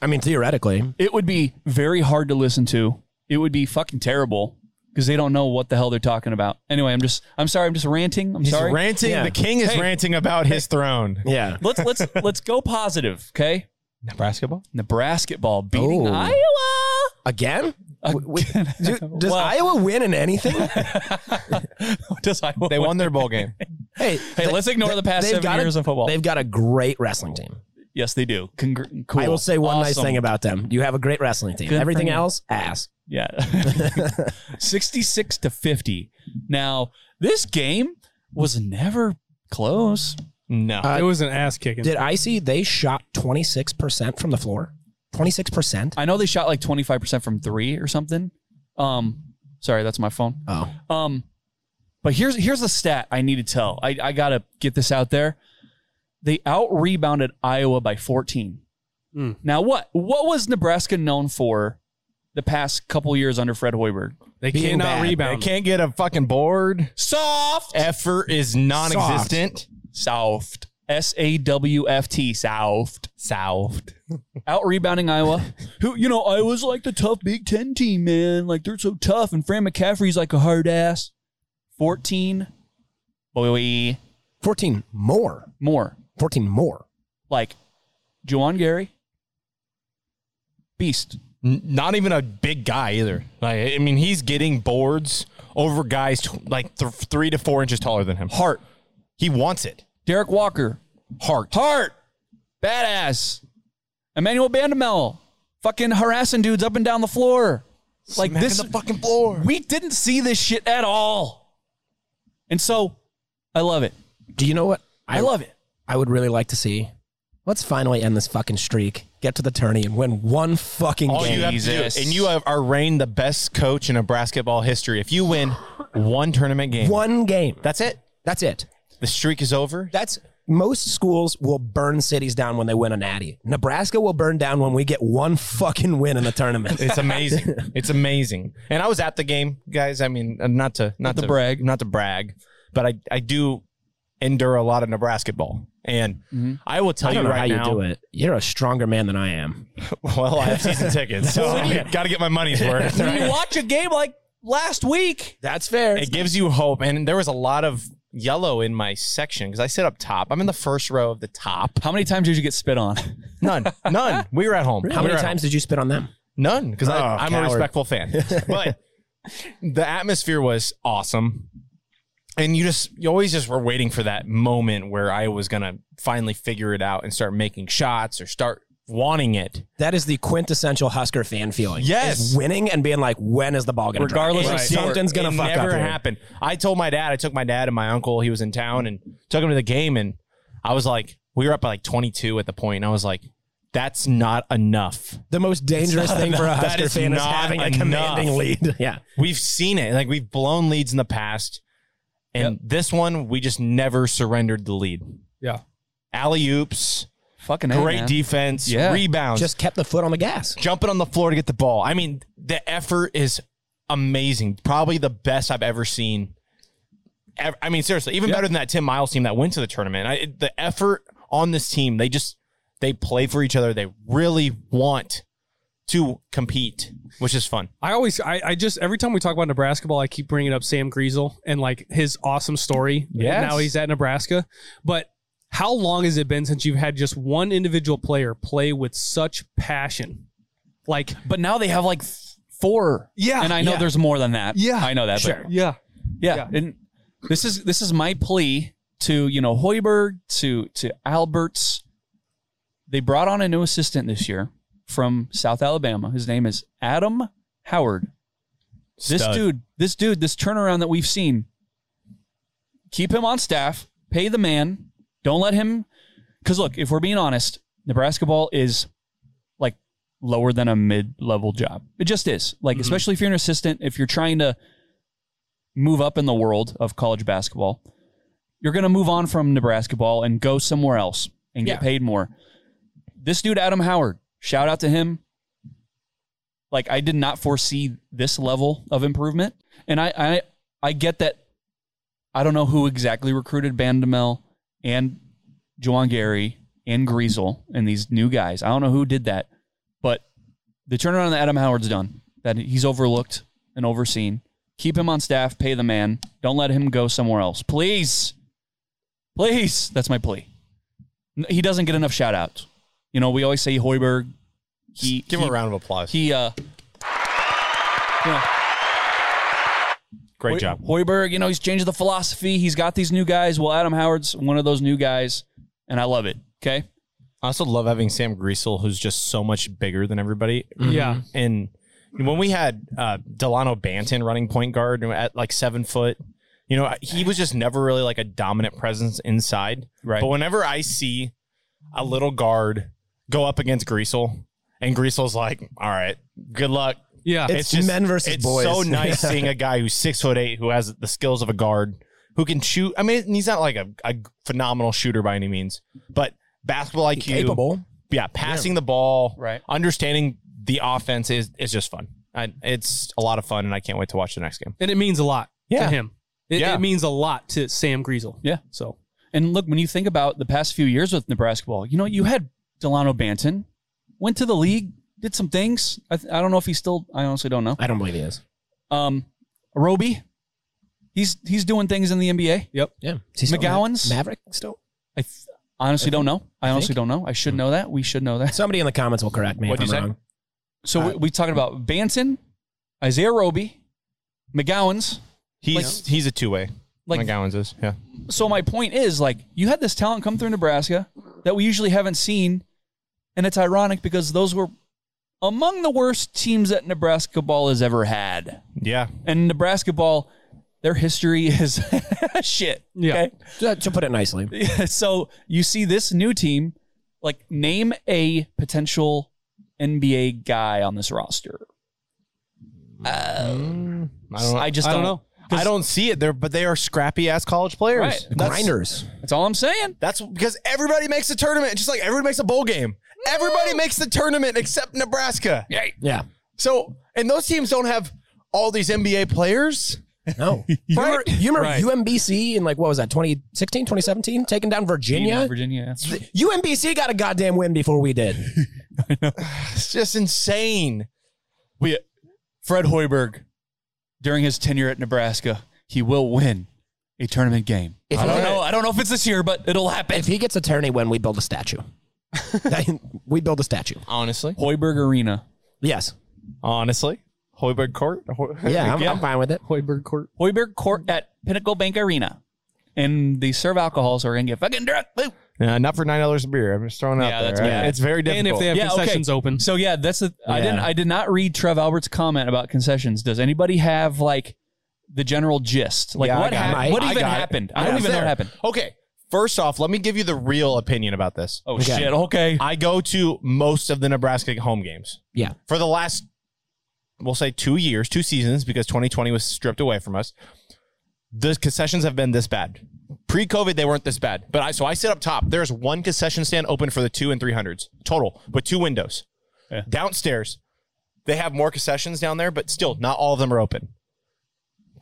Speaker 8: I mean theoretically.
Speaker 1: It would be very hard to listen to. It would be fucking terrible because they don't know what the hell they're talking about. Anyway, I'm just I'm sorry, I'm just ranting. I'm
Speaker 4: He's
Speaker 1: sorry.
Speaker 4: ranting.
Speaker 8: Yeah.
Speaker 4: The king is
Speaker 1: Hey.
Speaker 4: ranting about his throne.
Speaker 8: Yeah.
Speaker 1: let's
Speaker 4: (laughs)
Speaker 1: let's let's go positive, okay?
Speaker 4: Nebraska ball.
Speaker 1: Nebraska ball beating
Speaker 8: Oh.
Speaker 1: Iowa.
Speaker 8: Again? W- w-
Speaker 1: (laughs)
Speaker 8: do- (laughs) does
Speaker 1: Well-
Speaker 8: Iowa win in (laughs) anything?
Speaker 1: Does Iowa
Speaker 4: They won their bowl game.
Speaker 8: Hey,
Speaker 1: Hey, let's ignore the past
Speaker 8: they've
Speaker 1: seven
Speaker 8: got a-
Speaker 1: years of football.
Speaker 8: They've got a great wrestling team.
Speaker 1: Yes, they do. Congr- cool.
Speaker 8: I will say one nice
Speaker 1: Awesome.
Speaker 8: thing about them. You have a great wrestling team.
Speaker 1: Good for
Speaker 8: Everything
Speaker 1: you.
Speaker 8: else, ass.
Speaker 1: yeah, (laughs) sixty-six to fifty. Now this game was never close.
Speaker 4: No.
Speaker 10: Uh, it was an ass kicking.
Speaker 8: Did I see they shot 26% from the floor? 26%?
Speaker 1: I know they shot like twenty-five percent from three or something. Um, sorry, that's my phone.
Speaker 8: Oh.
Speaker 1: Um, but here's here's the stat I need to tell. I, I gotta get this out there. They out rebounded Iowa by 14.
Speaker 10: Mm.
Speaker 1: Now what what was Nebraska known for the past couple years under Fred Hoiberg?
Speaker 10: They
Speaker 8: Being
Speaker 10: cannot
Speaker 8: bad.
Speaker 4: They
Speaker 10: rebound.
Speaker 4: can't get a fucking board.
Speaker 1: Soft,
Speaker 4: Effort is non-existent.
Speaker 1: soft, S A W F T, soft, soft. out rebounding Iowa, who you know Iowa's like the tough Big Ten team, man. Like they're so tough, and Fran McCaffrey's like a hard ass. 14, boy,
Speaker 8: 14 more.
Speaker 1: more.
Speaker 8: 14 more.
Speaker 1: like Juwan Gary, beast.
Speaker 4: N- Not even a big guy either. Like I mean, he's getting boards over guys tw- like th- three to four inches taller than him. Hart. He wants it.
Speaker 1: Derek Walker,
Speaker 4: Hart.
Speaker 1: heart, badass. Emmanuel Bandamel, fucking harassing dudes up and down the floor. Like this,
Speaker 4: fucking floor.
Speaker 1: we didn't see this shit
Speaker 10: (laughs)
Speaker 1: at all, and so I love it.
Speaker 8: Do you know what?
Speaker 1: I love it.
Speaker 8: I would really like to see. Let's finally end this fucking streak. Get to the tourney and win one fucking
Speaker 4: All
Speaker 8: game.
Speaker 4: you have to do,
Speaker 1: Jesus.
Speaker 4: and you have, are reigned the best coach in Nebraska ball history. If you win one tournament game,
Speaker 8: one game.
Speaker 4: that's it.
Speaker 8: That's it.
Speaker 4: The streak is over.
Speaker 8: That's most schools will burn cities down when they win a natty. Nebraska will burn down when we get one fucking win in the tournament.
Speaker 4: It's amazing. it's amazing. And I was at the game, guys. I mean, uh, not to not
Speaker 1: to
Speaker 4: to,
Speaker 1: brag.
Speaker 4: not to brag, but I I do endure a lot of Nebraska ball, and I will tell
Speaker 8: (laughs) Mm-hmm. I don't
Speaker 4: you
Speaker 8: know
Speaker 4: right
Speaker 8: how
Speaker 4: now.
Speaker 8: you do it. You're a stronger man than I am.
Speaker 4: (laughs) Well, I
Speaker 8: (laughs)
Speaker 4: have season tickets, so I got to get my money's worth.
Speaker 1: When you
Speaker 4: right?
Speaker 1: watch a game like last week,
Speaker 8: That's fair.
Speaker 4: It gives you hope, and there was a lot of yellow in my section because I sit up top. I'm in the first row of the top.
Speaker 1: how many times did you get spit on?
Speaker 4: None, none. We were at home.
Speaker 8: How
Speaker 4: We
Speaker 8: many
Speaker 4: were at home.
Speaker 8: times did you spit on them?
Speaker 4: None, because
Speaker 8: Oh,
Speaker 4: I'm a
Speaker 8: coward. (laughs)
Speaker 4: respectful fan. But the atmosphere was awesome, and you just you always just were waiting for that moment where I was gonna finally figure it out and start making shots or start wanting it.
Speaker 8: That is the quintessential Husker fan feeling.
Speaker 4: Yes.
Speaker 8: Is winning and being like, when is the ball going to
Speaker 1: Regardless of sport,
Speaker 8: something's going to
Speaker 4: it
Speaker 8: fuck
Speaker 4: never
Speaker 8: up. here.
Speaker 4: happened. I told my dad. I took my dad and my uncle. He was in town and took him to the game, and I was like, we were up by like 22 at the point, and I was like. That's not enough.
Speaker 8: The most dangerous
Speaker 4: not
Speaker 8: thing for a
Speaker 4: enough. That
Speaker 8: Husker
Speaker 4: is
Speaker 8: fan is
Speaker 4: not
Speaker 8: having a
Speaker 4: enough.
Speaker 8: commanding
Speaker 3: (laughs)
Speaker 8: lead. Yeah.
Speaker 4: We've seen it. Like we've blown leads in the past. And this one, we just never surrendered the lead.
Speaker 1: Yeah.
Speaker 4: Alley oops,
Speaker 3: Fucking A,
Speaker 4: great
Speaker 3: man.
Speaker 4: defense,
Speaker 3: Yeah.
Speaker 4: rebounds,
Speaker 8: Just kept the foot on the gas.
Speaker 4: jumping on the floor to get the ball. I mean, the effort is amazing. Probably the best I've ever seen. Ev- I mean, seriously, even better than that Tim Miles team that went to the tournament. I, it- the effort on this team, they just they play for each other. They really want to compete, which is fun.
Speaker 1: I always, I, I just every time we talk about Nebraska ball, I keep bringing up Sam Griesel and like his awesome story.
Speaker 4: Yes.
Speaker 1: now he's at Nebraska, but how long has it been since you've had just one individual player play with such passion? Like,
Speaker 3: But now they have like th- four.
Speaker 1: Yeah,
Speaker 3: And I know
Speaker 1: yeah.
Speaker 3: there's more than that.
Speaker 1: Yeah,
Speaker 3: I know that. Sure. But
Speaker 1: yeah,
Speaker 3: yeah. And this is this is my plea to, you know, Hoiberg, to to Alberts. They brought on a new assistant this year from South Alabama. His name is Adam Howard. This
Speaker 4: Stud.
Speaker 3: dude, this dude, this turnaround that we've seen. Keep him on staff, pay the man. Don't let him cuz look, if we're being honest, Nebraska ball is like lower than a mid-level job. It just is. Like
Speaker 8: Mm-hmm.
Speaker 3: especially if you're an assistant, if you're trying to move up in the world of college basketball, you're going to move on from Nebraska ball and go somewhere else and get
Speaker 8: Yeah.
Speaker 3: paid more. This dude, Adam Howard, shout out to him. Like I did not foresee this level of improvement, and I I, I get that. I don't know who exactly recruited Bandamel and Juwan Gary and Griesel and these new guys. I don't know who did that, but the turnaround that Adam Howard's done, that he's overlooked and overseen. Keep him on staff, pay the man. Don't let him go somewhere else. Please. Please. That's my plea. N- He doesn't get enough shout outs. You know, we always say Hoiberg. He,
Speaker 4: Give
Speaker 3: he,
Speaker 4: him a round of applause.
Speaker 3: He, uh, you know,
Speaker 4: Great
Speaker 3: Hoy-
Speaker 4: job.
Speaker 3: Hoiberg, you know, he's changed the philosophy. He's got these new guys. Well, Adam Howard's one of those new guys, and I love it. Okay.
Speaker 4: I also love having Sam Greasel, who's just so much bigger than everybody.
Speaker 1: yeah.
Speaker 4: And when we had uh, Delano Banton running point guard at like seven foot, you know, he was just never really like a dominant presence inside.
Speaker 3: Right.
Speaker 4: But whenever I see a little guard go up against Greasel, and Greasel's like, "All right, good luck."
Speaker 1: yeah.
Speaker 8: It's men versus
Speaker 4: it's
Speaker 8: boys. (laughs)
Speaker 4: so nice seeing a guy who's six foot eight who has the skills of a guard who can shoot. I mean, he's not like a, a phenomenal shooter by any means, but basketball IQ
Speaker 8: Capable.
Speaker 4: yeah, passing the ball,
Speaker 3: Right.
Speaker 4: Understanding the offense is is just fun. I, it's a lot of fun, and I can't wait to watch the next game.
Speaker 1: and it means a lot
Speaker 4: Yeah.
Speaker 1: to him. It,
Speaker 4: Yeah.
Speaker 1: it means a lot to Sam Griesel.
Speaker 3: Yeah.
Speaker 1: So
Speaker 3: And look, when you think about the past few years with Nebraska ball, you know, you had Delano Banton, went to the league, did some things. I, th- I don't know if he's still, I honestly don't know.
Speaker 8: I don't believe he is.
Speaker 3: Um, Roby, he's he's doing things in the NBA.
Speaker 8: Yeah. Is he still
Speaker 3: McGowan's?
Speaker 8: Ma- Maverick still?
Speaker 3: I th- honestly don't know. I honestly don't
Speaker 8: think.
Speaker 3: know. I should know that. We should know that.
Speaker 8: Somebody in the comments will correct me
Speaker 4: What'd
Speaker 8: if
Speaker 4: you
Speaker 8: I'm
Speaker 4: say?
Speaker 8: wrong.
Speaker 3: So we, we talking about Banton, Isaiah Roby, McGowan's.
Speaker 4: He's he's a two way.
Speaker 3: Like-
Speaker 4: McGowan's is yeah.
Speaker 3: so my point is like you had this talent come through Nebraska that we usually haven't seen, and it's ironic because those were among the worst teams that Nebraska ball has ever had.
Speaker 4: Yeah,
Speaker 3: And Nebraska ball, their history (laughs) is shit.
Speaker 1: Yeah.
Speaker 8: To, to put it nicely.
Speaker 3: (laughs) Okay? so you see this new team, like name a potential NBA guy on this roster.
Speaker 4: I don't.
Speaker 3: I just
Speaker 1: I
Speaker 3: don't,
Speaker 1: don't know.
Speaker 4: I don't see it there, but they are scrappy ass college players.
Speaker 3: Right.
Speaker 4: That's,
Speaker 8: Grinders.
Speaker 3: That's all I'm saying.
Speaker 4: That's because everybody makes a tournament, just like everybody makes a bowl game. Everybody makes the tournament except Nebraska.
Speaker 8: Yeah.
Speaker 4: So, and those teams don't have all these NBA players. (laughs)
Speaker 8: No. You remember, you remember UMBC in like, what was that, 2016, 2017? Taking down Virginia?
Speaker 3: Virginia.
Speaker 8: UMBC got a goddamn win before we did.
Speaker 4: It's just insane.
Speaker 3: We, Fred Hoiberg, during his tenure at Nebraska, he will win a tournament game. I don't know. I don't know if it's this year, but it'll happen.
Speaker 8: if he gets a tourney win, we build a
Speaker 4: (laughs)
Speaker 8: statue. we build a statue.
Speaker 4: Honestly,
Speaker 3: Hoiberg Arena.
Speaker 8: Yes.
Speaker 4: honestly, Hoiberg Court. Ho-
Speaker 8: Yeah, I'm, I'm fine with it.
Speaker 1: Hoiberg Court.
Speaker 3: Hoiberg Court at Pinnacle Bank Arena. And they serve alcohol, so we're going to get fucking drunk. Woo.
Speaker 4: Yeah, not for nine dollars a beer. I'm just throwing it
Speaker 3: Yeah,
Speaker 4: out there.
Speaker 3: that's
Speaker 4: right?
Speaker 3: bad.
Speaker 4: It's very
Speaker 1: And
Speaker 4: difficult.
Speaker 1: if they have
Speaker 3: Yeah, okay.
Speaker 1: concessions open.
Speaker 3: So yeah, that's the I
Speaker 8: Yeah.
Speaker 3: didn't I did not read Trev Albert's comment about concessions. Does anybody have like the general gist? Like
Speaker 4: Yeah, I
Speaker 3: what
Speaker 4: got
Speaker 3: happened?
Speaker 8: it.
Speaker 3: What
Speaker 4: I
Speaker 3: even
Speaker 4: got it.
Speaker 3: happened?
Speaker 4: I
Speaker 3: I don't
Speaker 4: was
Speaker 3: even know
Speaker 4: there.
Speaker 3: what happened.
Speaker 4: okay, First off, let me give you the real opinion about this.
Speaker 3: Oh
Speaker 8: Okay.
Speaker 3: shit. Okay.
Speaker 4: I go to most of the Nebraska home games.
Speaker 8: Yeah.
Speaker 4: For the last, we'll say two years, two seasons, because 2020 was stripped away from us. The concessions have been this bad. Pre-COVID, they weren't this bad. But I so I sit up top. There's one concession stand open for the two and three hundreds total, with two windows.
Speaker 3: Yeah.
Speaker 4: Downstairs, they have more concessions down there, but still not all of them are open.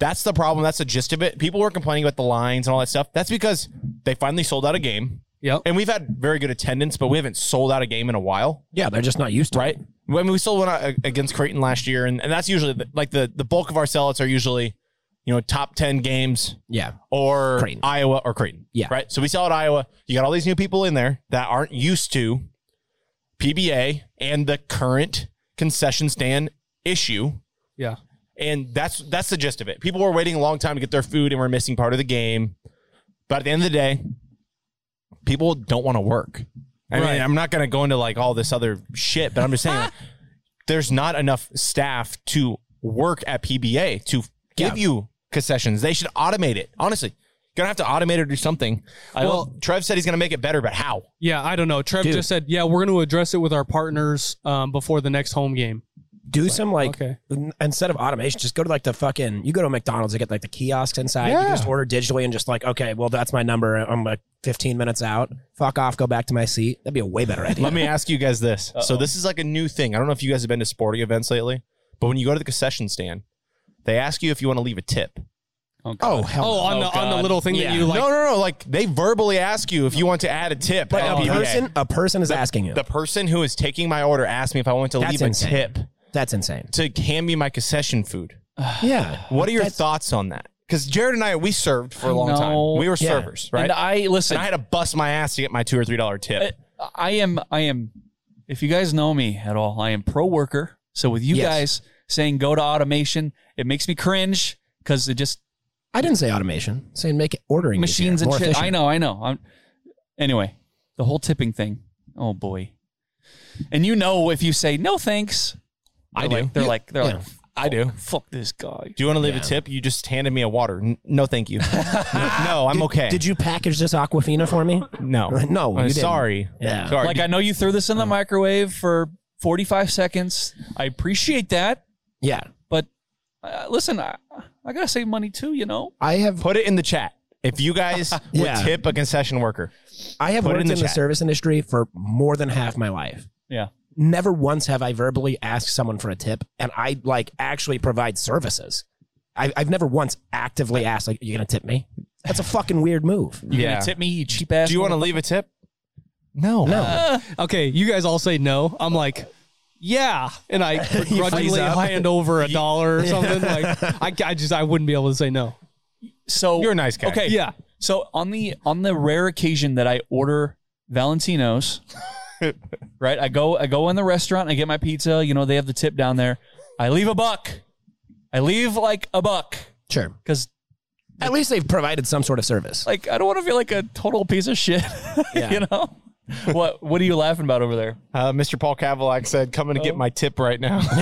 Speaker 4: That's the problem. That's the gist of it. People were complaining about the lines and all that stuff. That's because they finally sold out a game.
Speaker 1: Yep.
Speaker 4: And we've had very good attendance, but we haven't sold out a game in a while,
Speaker 8: Yeah, they're just not used to it.
Speaker 4: right? I mean, we sold one out a- against Creighton last year, and, and that's usually the, like the, the bulk of our sellouts are usually, you know, top 10 games
Speaker 8: Yeah.
Speaker 4: or
Speaker 8: Creighton.
Speaker 4: Iowa or Creighton.
Speaker 8: Yeah.
Speaker 4: Right. So we sell out Iowa. You got all these new people in there that aren't used to PBA and the current concession stand issue
Speaker 1: Yeah.
Speaker 4: and that's that's the gist of it. People were waiting a long time to get their food, and we're missing part of the game. But at the end of the day, people don't want to work. I
Speaker 1: Right.
Speaker 4: mean, I'm not going to go into like all this other shit, but I'm just saying like, there's not enough staff to work at PBA to give you concessions. They should automate it. Honestly, you're gonna have to automate it or do something. I
Speaker 1: Well-
Speaker 4: well, Trev said he's gonna make it better, but how?
Speaker 1: Yeah, I don't know. Trev
Speaker 8: Dude.
Speaker 1: just said, yeah, we're going to address it with our partners um, before the next home game.
Speaker 8: Do some like
Speaker 1: okay.
Speaker 8: n- instead of automation, just go to like the fucking. You go to McDonald's, they get like the kiosks inside. You
Speaker 1: Yeah.
Speaker 8: can just order digitally and just like, okay, well that's my number. I'm like 15 minutes out. Fuck off. Go back to my seat. That'd be a way
Speaker 4: (laughs)
Speaker 8: better idea.
Speaker 4: Let me ask you guys this. So this is like a new thing. I don't know if you guys have been to sporting events lately, but when you go to the concession stand, they ask you if you want to leave a tip.
Speaker 8: oh hell.
Speaker 1: Oh, on the on the little thing that you like.
Speaker 4: no, no, no. Like they verbally ask you if you want to add a tip.
Speaker 8: But
Speaker 4: at
Speaker 8: a
Speaker 4: PBA.
Speaker 8: person, a person is asking you.
Speaker 4: Oh, the person who is taking my order asked me if I want to
Speaker 8: That's
Speaker 4: leave a
Speaker 8: insane.
Speaker 4: tip
Speaker 8: That's insane.
Speaker 4: to hand me my concession food.
Speaker 8: Yeah.
Speaker 4: Uh, What are your
Speaker 8: That's-
Speaker 4: thoughts on that? Because Jared and I, we served for a long
Speaker 3: No.
Speaker 4: time. We were
Speaker 8: Yeah.
Speaker 4: servers, right?
Speaker 3: And
Speaker 4: And I,
Speaker 3: I listen.
Speaker 4: had to bust my ass to get my two or three dollar tip.
Speaker 3: I am I am if you guys know me at all, I am pro worker. So with you
Speaker 8: Yes.
Speaker 3: guys saying go to automation, it makes me cringe because it just
Speaker 8: I didn't say automation. I'm saying make it ordering easier,
Speaker 3: machines and
Speaker 8: more
Speaker 3: shit. I
Speaker 8: efficient.
Speaker 3: know, I know. I'm anyway, the whole tipping thing. Oh boy. And you know if you say no thanks,
Speaker 4: I
Speaker 3: they're
Speaker 4: do.
Speaker 3: like they're like they're
Speaker 8: yeah.
Speaker 3: like
Speaker 4: I do.
Speaker 3: fuck this guy.
Speaker 4: Do you want to leave a tip? You just handed me a water. N- no, thank
Speaker 8: (laughs)
Speaker 4: you. no, I'm okay.
Speaker 8: Did you package this Aquafina for
Speaker 4: (laughs)
Speaker 8: me? (laughs)
Speaker 4: No,
Speaker 8: No, you
Speaker 4: I'm
Speaker 8: didn't.
Speaker 4: sorry.
Speaker 8: Yeah.
Speaker 4: sorry.
Speaker 3: Like I know you threw this
Speaker 4: Uh-huh.
Speaker 3: in the microwave for 45 seconds. I appreciate that,
Speaker 8: Yeah.
Speaker 3: but uh, listen, I, I got to save money too, you know.
Speaker 8: I have
Speaker 4: put it in the chat if
Speaker 8: (laughs)
Speaker 4: you guys
Speaker 8: Yeah.
Speaker 4: would tip a concession worker.
Speaker 8: I have
Speaker 4: Put it
Speaker 8: worked
Speaker 4: in
Speaker 8: in,
Speaker 4: the
Speaker 8: the,
Speaker 4: chat.
Speaker 8: service industry for more than half my life.
Speaker 3: Yeah.
Speaker 8: Never once have I verbally asked someone for a tip, and I like actually provide services. I, I've never once actively asked, like, "You gonna tip me?" That's a fucking weird move.
Speaker 3: You
Speaker 4: Yeah.
Speaker 3: gonna tip me, you cheap ass.
Speaker 4: Do you want to leave a tip? No,
Speaker 8: No,
Speaker 1: Okay, you guys all say no. I'm like, yeah, and
Speaker 8: (laughs)
Speaker 1: I
Speaker 8: freeze
Speaker 1: begrudgingly
Speaker 8: up.
Speaker 1: hand over
Speaker 8: (laughs)
Speaker 1: a dollar or something. Like, I, I just I wouldn't be able to say no.
Speaker 3: So
Speaker 4: You're a nice guy.
Speaker 3: Okay,
Speaker 1: Yeah.
Speaker 3: So on the on the rare occasion that I order
Speaker 4: (laughs)
Speaker 3: Valentino's, right? I go I go in the restaurant, I get my pizza. You know they have the tip down there. I leave a buck. I leave like a buck
Speaker 8: sure.
Speaker 3: because
Speaker 8: At least they've provided some sort of service.
Speaker 3: like I don't want to feel like a total piece of shit. (laughs)
Speaker 8: Yeah.
Speaker 3: you know. What what are you laughing about over there?
Speaker 4: Uh, Mr. Paul Kavalak said, "Coming to
Speaker 3: Oh.
Speaker 4: get my tip right
Speaker 8: (laughs)
Speaker 4: now," (laughs)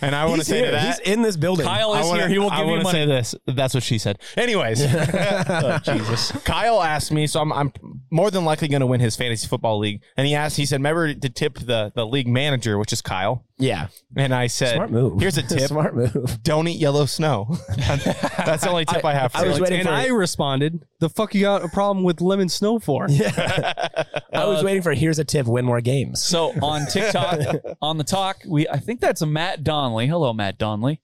Speaker 4: and I want
Speaker 8: He's
Speaker 4: to say to
Speaker 8: here. He's
Speaker 4: that.
Speaker 8: in this building.
Speaker 3: Kyle
Speaker 4: I
Speaker 3: is
Speaker 4: wanna-
Speaker 3: here. He will
Speaker 4: I
Speaker 3: give you
Speaker 4: wanna Say
Speaker 3: money.
Speaker 4: this. That's what she said. Anyways, (laughs)
Speaker 8: Oh,
Speaker 4: Jesus. Kyle asked me, so I'm, I'm more than likely going to win his fantasy football league. And he asked, he said, "Remember to tip the the league manager, which is Kyle."
Speaker 8: yeah,
Speaker 4: And I said,
Speaker 8: smart move. (laughs)
Speaker 4: Here's a tip:
Speaker 8: smart move.
Speaker 4: don't eat yellow snow. (laughs) That's the only tip I, have for
Speaker 8: I
Speaker 4: you.
Speaker 8: was waiting
Speaker 1: And
Speaker 8: for.
Speaker 1: I responded, "The fuck you got a problem with lemon snow
Speaker 8: (laughs)
Speaker 1: for?"
Speaker 8: I was waiting for. Here's a tip. Win more games.
Speaker 3: So on TikTok, on the talk, we I think that's a Matt Donnelly. Hello, Matt Donnelly.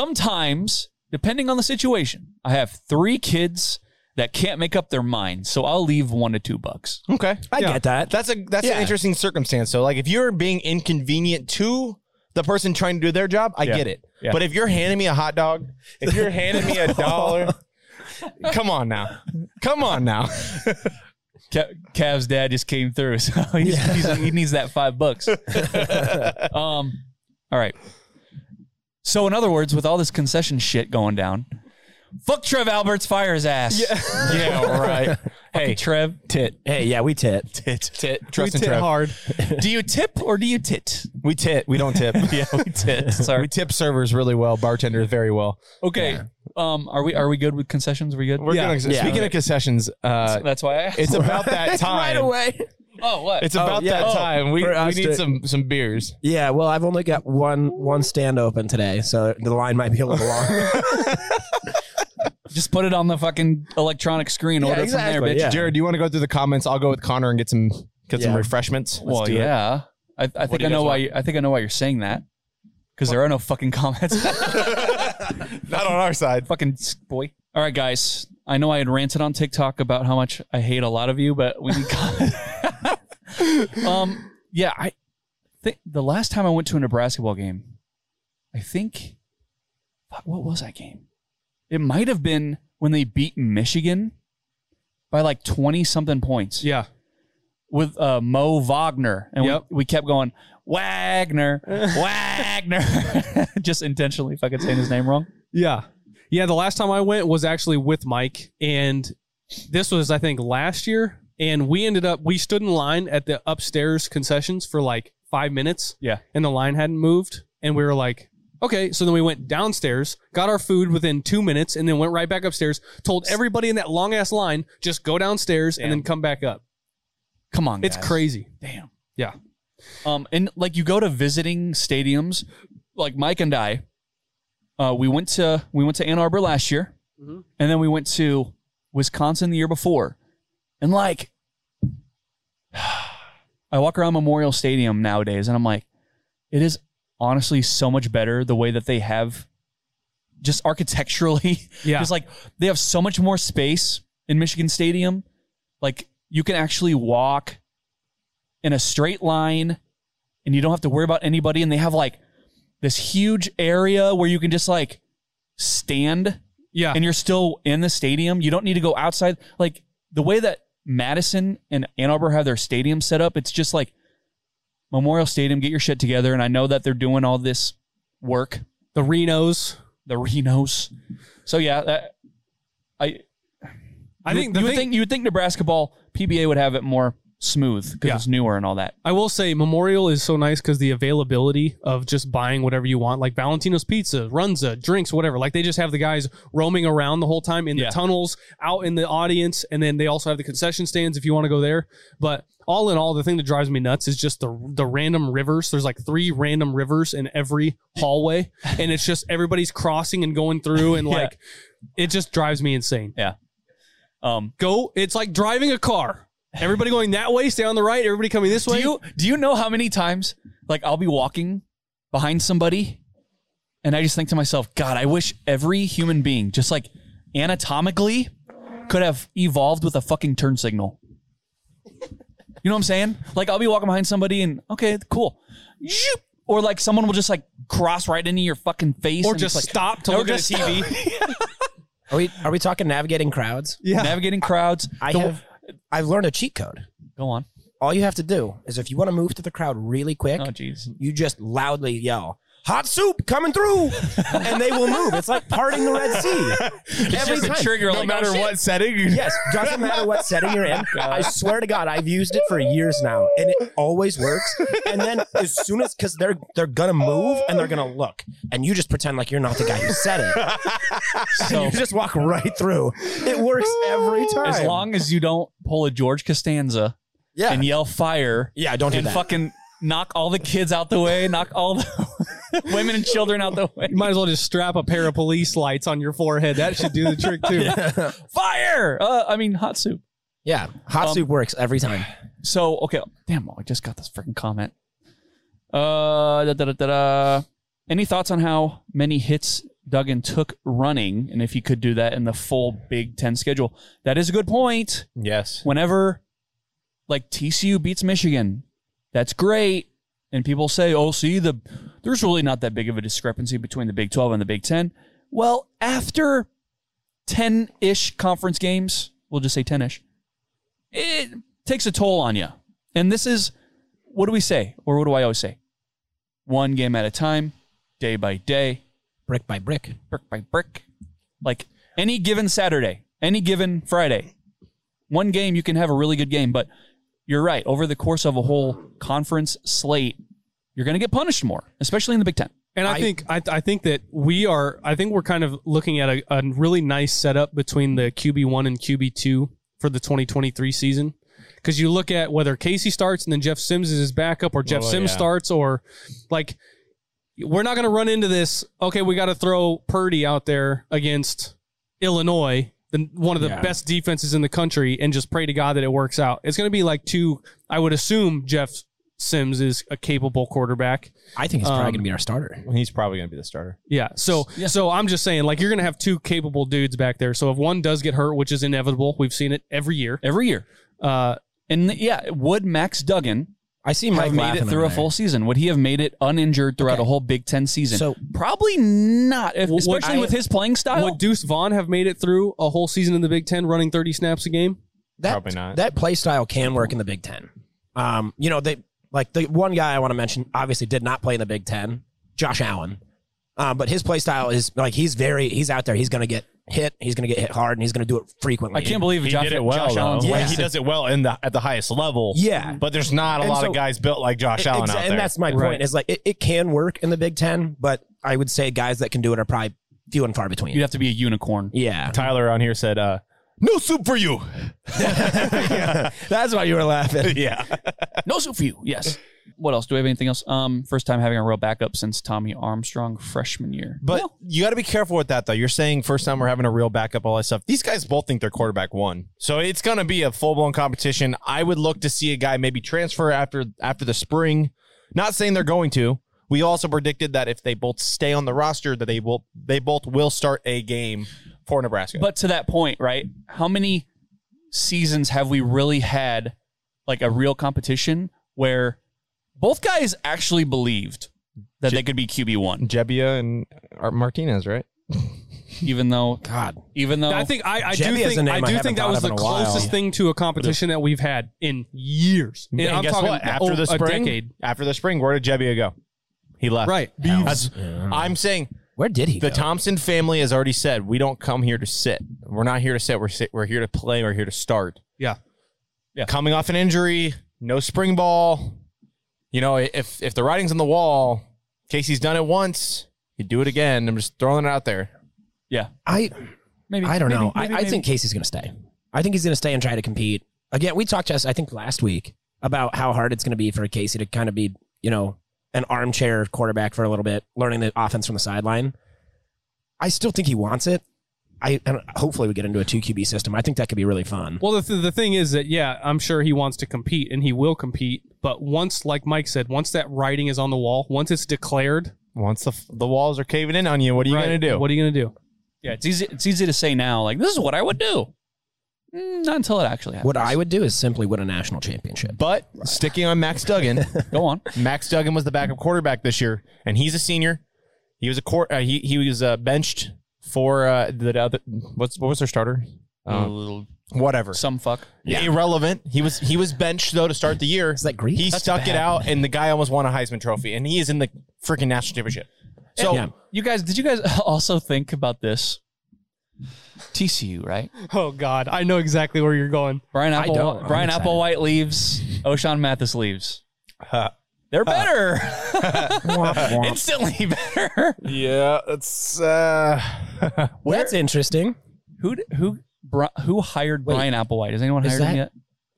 Speaker 3: Sometimes, depending on the situation, I have three kids that can't make up their minds, so I'll leave one to two bucks.
Speaker 4: Okay,
Speaker 8: I get that.
Speaker 4: That's a that's an
Speaker 8: Yeah.
Speaker 4: interesting circumstance. So like if you're being inconvenient to the person trying to do their job, I get it.
Speaker 3: Yeah.
Speaker 4: But if you're handing me a hot dog, if you're
Speaker 8: (laughs)
Speaker 4: handing me a dollar, come on now. Come
Speaker 8: (laughs)
Speaker 4: on now.
Speaker 3: Ca- Cav's dad just came through, (laughs) so he's, he's- he needs that five bucks. um, all right. So in other words, with all this concession shit going down, fuck Trev Alberts, fire his ass.
Speaker 4: yeah, right.
Speaker 3: Hey,
Speaker 4: Hey,
Speaker 3: Trev,
Speaker 8: Tit. Hey, yeah, we tit.
Speaker 4: tit, tit,
Speaker 1: we
Speaker 4: trust and
Speaker 1: tit
Speaker 4: Trev.
Speaker 1: hard.
Speaker 3: do you tip or do you tit?
Speaker 8: (laughs)
Speaker 4: We tit, we don't tip. yeah, we tit. (laughs)
Speaker 3: Sorry.
Speaker 4: We tip servers really well, bartenders very well.
Speaker 3: Okay. Um, are we are we good with concessions? Are we good?
Speaker 4: We're
Speaker 1: Yeah.
Speaker 4: gonna,
Speaker 8: Yeah.
Speaker 4: speaking of concessions, uh,
Speaker 3: That's why I.
Speaker 4: it's about that
Speaker 8: (laughs)
Speaker 4: time.
Speaker 8: right away.
Speaker 3: oh, what?
Speaker 4: It's about
Speaker 8: yeah.
Speaker 4: that
Speaker 8: Oh,
Speaker 4: time. We,
Speaker 8: for
Speaker 4: we
Speaker 8: us
Speaker 4: need
Speaker 8: to-
Speaker 4: some some beers.
Speaker 8: (laughs) Yeah, well, I've only got one one stand open today, so the line might be a little long.
Speaker 3: just put it on the fucking electronic screen. order it from there,
Speaker 8: exactly,
Speaker 3: bitch.
Speaker 8: yeah.
Speaker 4: Jared, do you want to go through the comments? I'll go with Connor and get some get some
Speaker 8: Yeah.
Speaker 4: refreshments.
Speaker 3: Well,
Speaker 4: do it.
Speaker 3: yeah. I, I think
Speaker 4: do
Speaker 3: I know
Speaker 4: you guys
Speaker 3: why.
Speaker 4: want?
Speaker 3: You, I think I know why you're saying that. Because there are no fucking comments.
Speaker 4: Not on our side.
Speaker 3: fucking s- boy. All right, guys. I know I had ranted on TikTok about how much I hate a lot of you, but we need. comments. (laughs) um. Yeah. I think the last time I went to a Nebraska ball game, I think. fuck, What was that game? It might have been when they beat Michigan by like twenty something points.
Speaker 1: Yeah.
Speaker 3: with uh, Mo Wagner, and
Speaker 1: Yep.
Speaker 3: we, we kept going
Speaker 1: (laughs)
Speaker 3: Wagner, Wagner, (laughs) just intentionally fucking saying his name wrong.
Speaker 1: Yeah. Yeah. The last time I went was actually with Mike. And this was, I think, last year. And we ended up, we stood in line at the upstairs concessions for like five minutes.
Speaker 3: Yeah.
Speaker 1: And the line hadn't moved. And we were like, okay. So then we went downstairs, got our food within two minutes, and then went right back upstairs, told everybody in that long ass line, just go downstairs and then come back up.
Speaker 3: Come on,
Speaker 1: It's
Speaker 3: guys.
Speaker 1: crazy.
Speaker 3: Damn.
Speaker 1: Yeah.
Speaker 3: Um, and like you go to visiting stadiums, like Mike and I, uh, we went to we went to Ann Arbor last year, and then we went to Wisconsin the year before, and like, (sighs) I walk around Memorial Stadium nowadays, and I'm like, it is honestly so much better the way that they have, just architecturally. (laughs)
Speaker 1: Yeah.
Speaker 3: Because like they have so much more space in Michigan Stadium. Like you can actually walk in a straight line and you don't have to worry about anybody. And they have like this huge area where you can just like stand
Speaker 1: Yeah.
Speaker 3: (laughs) and you're still in the stadium. You don't need to go outside. Like the way that Madison and Ann Arbor have their stadium set up, it's just like Memorial Stadium, get your shit together. And I know that they're doing all this work
Speaker 1: the Renos.
Speaker 3: the Renos. So yeah, that, I
Speaker 1: I
Speaker 3: you-
Speaker 1: think the
Speaker 3: you would
Speaker 1: thing-
Speaker 3: think you would think Nebraska ball PBA would have it more smooth because
Speaker 1: Yeah.
Speaker 3: it's newer and all that.
Speaker 1: I will say Memorial is so nice because the availability of just buying whatever you want, like Valentino's Pizza, Runza, drinks, whatever. Like they just have the guys roaming around the whole time in
Speaker 3: Yeah.
Speaker 1: the tunnels, out in the audience, and then they also have the concession stands if you want to go there. But all in all, the thing that drives me nuts is just the the random rivers. There's like three random rivers in every
Speaker 3: (laughs)
Speaker 1: hallway, and it's just everybody's crossing and going through, and
Speaker 3: Yeah.
Speaker 1: like it just drives me insane.
Speaker 3: Um,
Speaker 1: Go, it's like driving a car. Everybody going that way, stay on the right. Everybody coming this
Speaker 3: do
Speaker 1: way.
Speaker 3: you do you know how many times like I'll be walking behind somebody and I just think to myself, God, I wish every human being just like anatomically could have evolved with a fucking turn signal. You know what I'm saying? Like I'll be walking behind somebody and okay, cool. Zoop. Or like someone will just like cross right into your fucking face
Speaker 1: or
Speaker 3: and it's
Speaker 1: just
Speaker 3: like,
Speaker 1: stop to
Speaker 3: or
Speaker 1: look at a
Speaker 3: just-
Speaker 1: TV.
Speaker 8: Are we are we talking navigating crowds?
Speaker 1: Yeah.
Speaker 3: navigating crowds.
Speaker 8: I
Speaker 3: The-
Speaker 8: have I've learned a cheat code.
Speaker 3: Go on.
Speaker 8: All you have to do is if you want to move to the crowd really quick,
Speaker 3: Oh, jeez.
Speaker 8: you just loudly yell, "Hot soup
Speaker 3: (laughs)
Speaker 8: coming through," and they will move. It's like parting the Red Sea. Every time.
Speaker 4: no
Speaker 3: oh,
Speaker 4: matter what setting.
Speaker 8: Yes, doesn't matter what setting
Speaker 3: (laughs)
Speaker 8: you're in. I swear to God, I've used it for years now, and it always works. And then as soon as because they're they're gonna move and they're gonna look, and you just pretend like you're not the guy who said
Speaker 3: (laughs)
Speaker 8: it. So you just walk right through. It works every time.
Speaker 3: As long as you don't pull a George Costanza
Speaker 8: yeah,
Speaker 3: and yell fire
Speaker 8: yeah, don't do
Speaker 3: and
Speaker 8: that.
Speaker 3: fucking knock all the kids out the way, knock all the (laughs) women and children out the way.
Speaker 1: You might as well just strap a pair of police lights on your forehead. That should do the trick too.
Speaker 3: Fire! Uh, I mean, hot soup.
Speaker 8: yeah, hot
Speaker 3: Um,
Speaker 8: soup works every time.
Speaker 3: So, okay. Damn, oh, I just got this freaking comment. Uh, da, da, da, da, da. Any thoughts on how many hits Duggan took running and if he could do that in the full Big Ten schedule? That is a good point.
Speaker 4: Yes.
Speaker 3: whenever like TCU beats Michigan, that's great. And people say, oh, see, the there's really not that big of a discrepancy between the Big 12 and the Big 10. Well, after 10 ish conference games, we'll just say 10 ish, it takes a toll on you. And this is what do we say? Or what do I always say? One game at a time, day by day,
Speaker 8: Brick by brick.
Speaker 3: brick by brick. Like any given Saturday, any given Friday, one game you can have a really good game, but you're right. Over the course of a whole conference slate, you're going to get punished more, especially in the Big Ten.
Speaker 1: And I,
Speaker 8: I-
Speaker 1: think I, I think that we are I think we're kind of looking at a, a really nice setup between the QB one and QB two for the 2023 season because you look at whether Casey starts and then Jeff Sims is his backup or Jeff
Speaker 4: Well,
Speaker 1: Sims
Speaker 4: Oh, yeah.
Speaker 1: starts or like we're not going to run into this. Okay, we got to throw Purdy out there against Illinois, the, one of the
Speaker 4: Yeah.
Speaker 1: best defenses in the country, and just pray to God that it works out. It's going to be like two. I would assume Jeff Sims is a capable quarterback.
Speaker 8: I think he's probably
Speaker 1: Um,
Speaker 8: going to be our starter.
Speaker 4: He's probably going to be the starter.
Speaker 1: Yeah. So so I'm just saying, like you're gonna have two capable dudes back there. So if one does get hurt, which is inevitable, we've seen it every year.
Speaker 3: every year.
Speaker 1: Uh,
Speaker 3: And yeah, would Max Duggan
Speaker 8: I see Mike
Speaker 3: have made
Speaker 8: Lapham
Speaker 3: it
Speaker 8: in
Speaker 3: through a
Speaker 8: there.
Speaker 3: full season? Would he have made it uninjured throughout
Speaker 8: Okay.
Speaker 3: a whole Big Ten season?
Speaker 8: So-
Speaker 3: probably not, if,
Speaker 1: Well, what
Speaker 3: especially
Speaker 1: I-
Speaker 3: with his playing style.
Speaker 1: would Deuce Vaughn have made it through a whole season in the Big Ten, running 30 snaps a game?
Speaker 8: that,
Speaker 4: Probably not.
Speaker 8: That play style can work in the Big Ten. Um, you know, they like the one guy I want to mention obviously did not play in the Big Ten, Josh Allen. Um, but his play style is like he's very he's out there. He's going to get hit. He's going to get hit hard, and he's going to do it frequently.
Speaker 3: I can't believe
Speaker 4: He
Speaker 3: Josh,
Speaker 4: did it well,
Speaker 3: Josh Allen's
Speaker 4: though. Like,
Speaker 8: Yeah.
Speaker 4: he does it well in the at the highest level.
Speaker 8: Yeah.
Speaker 4: but there's not a
Speaker 8: And
Speaker 4: lot
Speaker 8: so-
Speaker 4: of guys built like Josh
Speaker 8: Exa-
Speaker 4: Allen out there.
Speaker 8: and that's my
Speaker 1: Right.
Speaker 8: point. Is like it, it can work in the Big Ten, but I would say guys that can do it are probably few and far between.
Speaker 3: You'd have to be a unicorn.
Speaker 8: yeah,
Speaker 4: Tyler on here said, uh, "No soup for (laughs) you."
Speaker 8: that's why you were laughing.
Speaker 4: yeah,
Speaker 3: No soup for you. Yes. What else? Do we have anything else? Um, first time having a real backup since Tommy Armstrong freshman year.
Speaker 4: but
Speaker 3: Well,
Speaker 4: you got to be careful with that though. You're saying first time we're having a real backup, all that stuff. These guys both think their quarterback won, so it's gonna be a full blown competition. I would look to see a guy maybe transfer after after the spring. Not saying they're going to. We also predicted that if they both stay on the roster, that they will they both will start a game for Nebraska.
Speaker 3: but to that point, right? How many seasons have we really had like a real competition where both guys actually believed that they could be QB
Speaker 8: (laughs)
Speaker 3: one,
Speaker 4: Jebbia and Martinez, right?
Speaker 3: even though
Speaker 8: God,
Speaker 3: even though
Speaker 1: I think I, I do
Speaker 8: Jebby is a
Speaker 1: think
Speaker 8: name
Speaker 1: I
Speaker 8: I
Speaker 1: do
Speaker 8: haven't
Speaker 1: think that
Speaker 8: thought
Speaker 1: was
Speaker 8: of
Speaker 1: the
Speaker 8: in a while.
Speaker 1: closest thing to a competition that we've had in years. And I'm talking
Speaker 4: After
Speaker 1: o-
Speaker 4: the
Speaker 1: a
Speaker 4: spring,
Speaker 1: decade.
Speaker 4: after the spring, where did Jebbia go? He left.
Speaker 1: Right.
Speaker 4: That's- I'm saying
Speaker 8: where did he?
Speaker 4: the
Speaker 8: go?
Speaker 4: Thompson family has already said we don't come here to sit. We're not here to sit. We're sit, we're here to play. We're here to start.
Speaker 1: Yeah.
Speaker 4: Coming off an injury, no spring ball. You know, if if the writing's on the wall, Casey's done it once. You do it again. I'm just throwing it out there.
Speaker 8: I
Speaker 3: maybe
Speaker 8: I don't
Speaker 3: maybe,
Speaker 8: know.
Speaker 3: maybe,
Speaker 8: I, I
Speaker 3: maybe.
Speaker 8: think Casey's going to stay. I think he's going to stay and try to compete. Again, we talked to us, I think, last week about how hard it's going to be for Casey to kind of be, you know, an armchair quarterback for a little bit, learning the offense from the sideline. I still think he wants it. I and hopefully we get into a two QB system. I think that could be really fun.
Speaker 1: Well, the, th- the thing is that, yeah, I'm sure he wants to compete and he will compete. But once, like Mike said, once that writing is on the wall, once it's declared,
Speaker 4: Once the the walls are caving in on you, what are you
Speaker 1: right,
Speaker 4: gonna do?
Speaker 1: What are you going to do?
Speaker 3: yeah, it's easy it's easy to say now, like this is what I would do. Mm, Not until it actually happens.
Speaker 8: what I would do is simply win a national championship.
Speaker 4: but sticking on Max Duggan,
Speaker 1: (laughs)
Speaker 3: go on.
Speaker 4: Max Duggan was the backup quarterback this year, and he's a senior. He was a court. Uh, he he was uh, benched for uh, the other. What's what was their starter? Uh, whatever.
Speaker 3: Some fuck.
Speaker 4: Irrelevant. He was he was benched though to start the year.
Speaker 8: Is that Greek?
Speaker 4: He
Speaker 8: That's
Speaker 4: stuck
Speaker 8: bad.
Speaker 4: it out, and the guy almost won a Heisman Trophy, and he is in the freaking national championship. So
Speaker 8: Yeah.
Speaker 3: You guys, did you guys (laughs) also think about this? TCU, right?
Speaker 1: Oh God, I know exactly where you're going.
Speaker 3: Brian
Speaker 8: I
Speaker 3: Apple
Speaker 8: don't. I'm
Speaker 3: Brian
Speaker 8: excited.
Speaker 3: Applewhite leaves. O'Shawn Mathis leaves. They're (laughs) better. Instantly better.
Speaker 4: yeah, that's uh,
Speaker 8: That's interesting.
Speaker 3: Who d- who Bri- who hired
Speaker 8: Wait.
Speaker 3: Brian Applewhite? Has anyone
Speaker 8: Is
Speaker 3: hired him yet?
Speaker 8: that-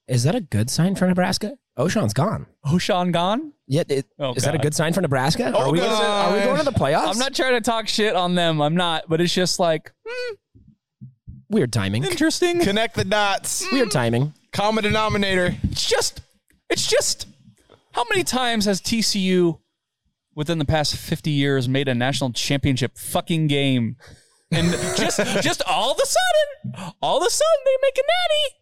Speaker 8: Is that a good sign for Nebraska? O'Shawn's gone.
Speaker 3: O'Shawn gone?
Speaker 8: Yeah, it-
Speaker 3: Oh,
Speaker 8: is that a
Speaker 3: God.
Speaker 8: good sign for Nebraska?
Speaker 4: Oh,
Speaker 8: are, we,
Speaker 4: God.
Speaker 8: are we going to the playoffs?
Speaker 3: I'm not trying to talk shit on them. I'm not, but it's just like
Speaker 8: Weird timing.
Speaker 3: interesting.
Speaker 4: connect the dots.
Speaker 8: Weird timing.
Speaker 4: Common denominator.
Speaker 3: It's just it's just how many times has TCU within the past 50 years made a national championship fucking game? And just just all of a sudden, all of a sudden they make a natty.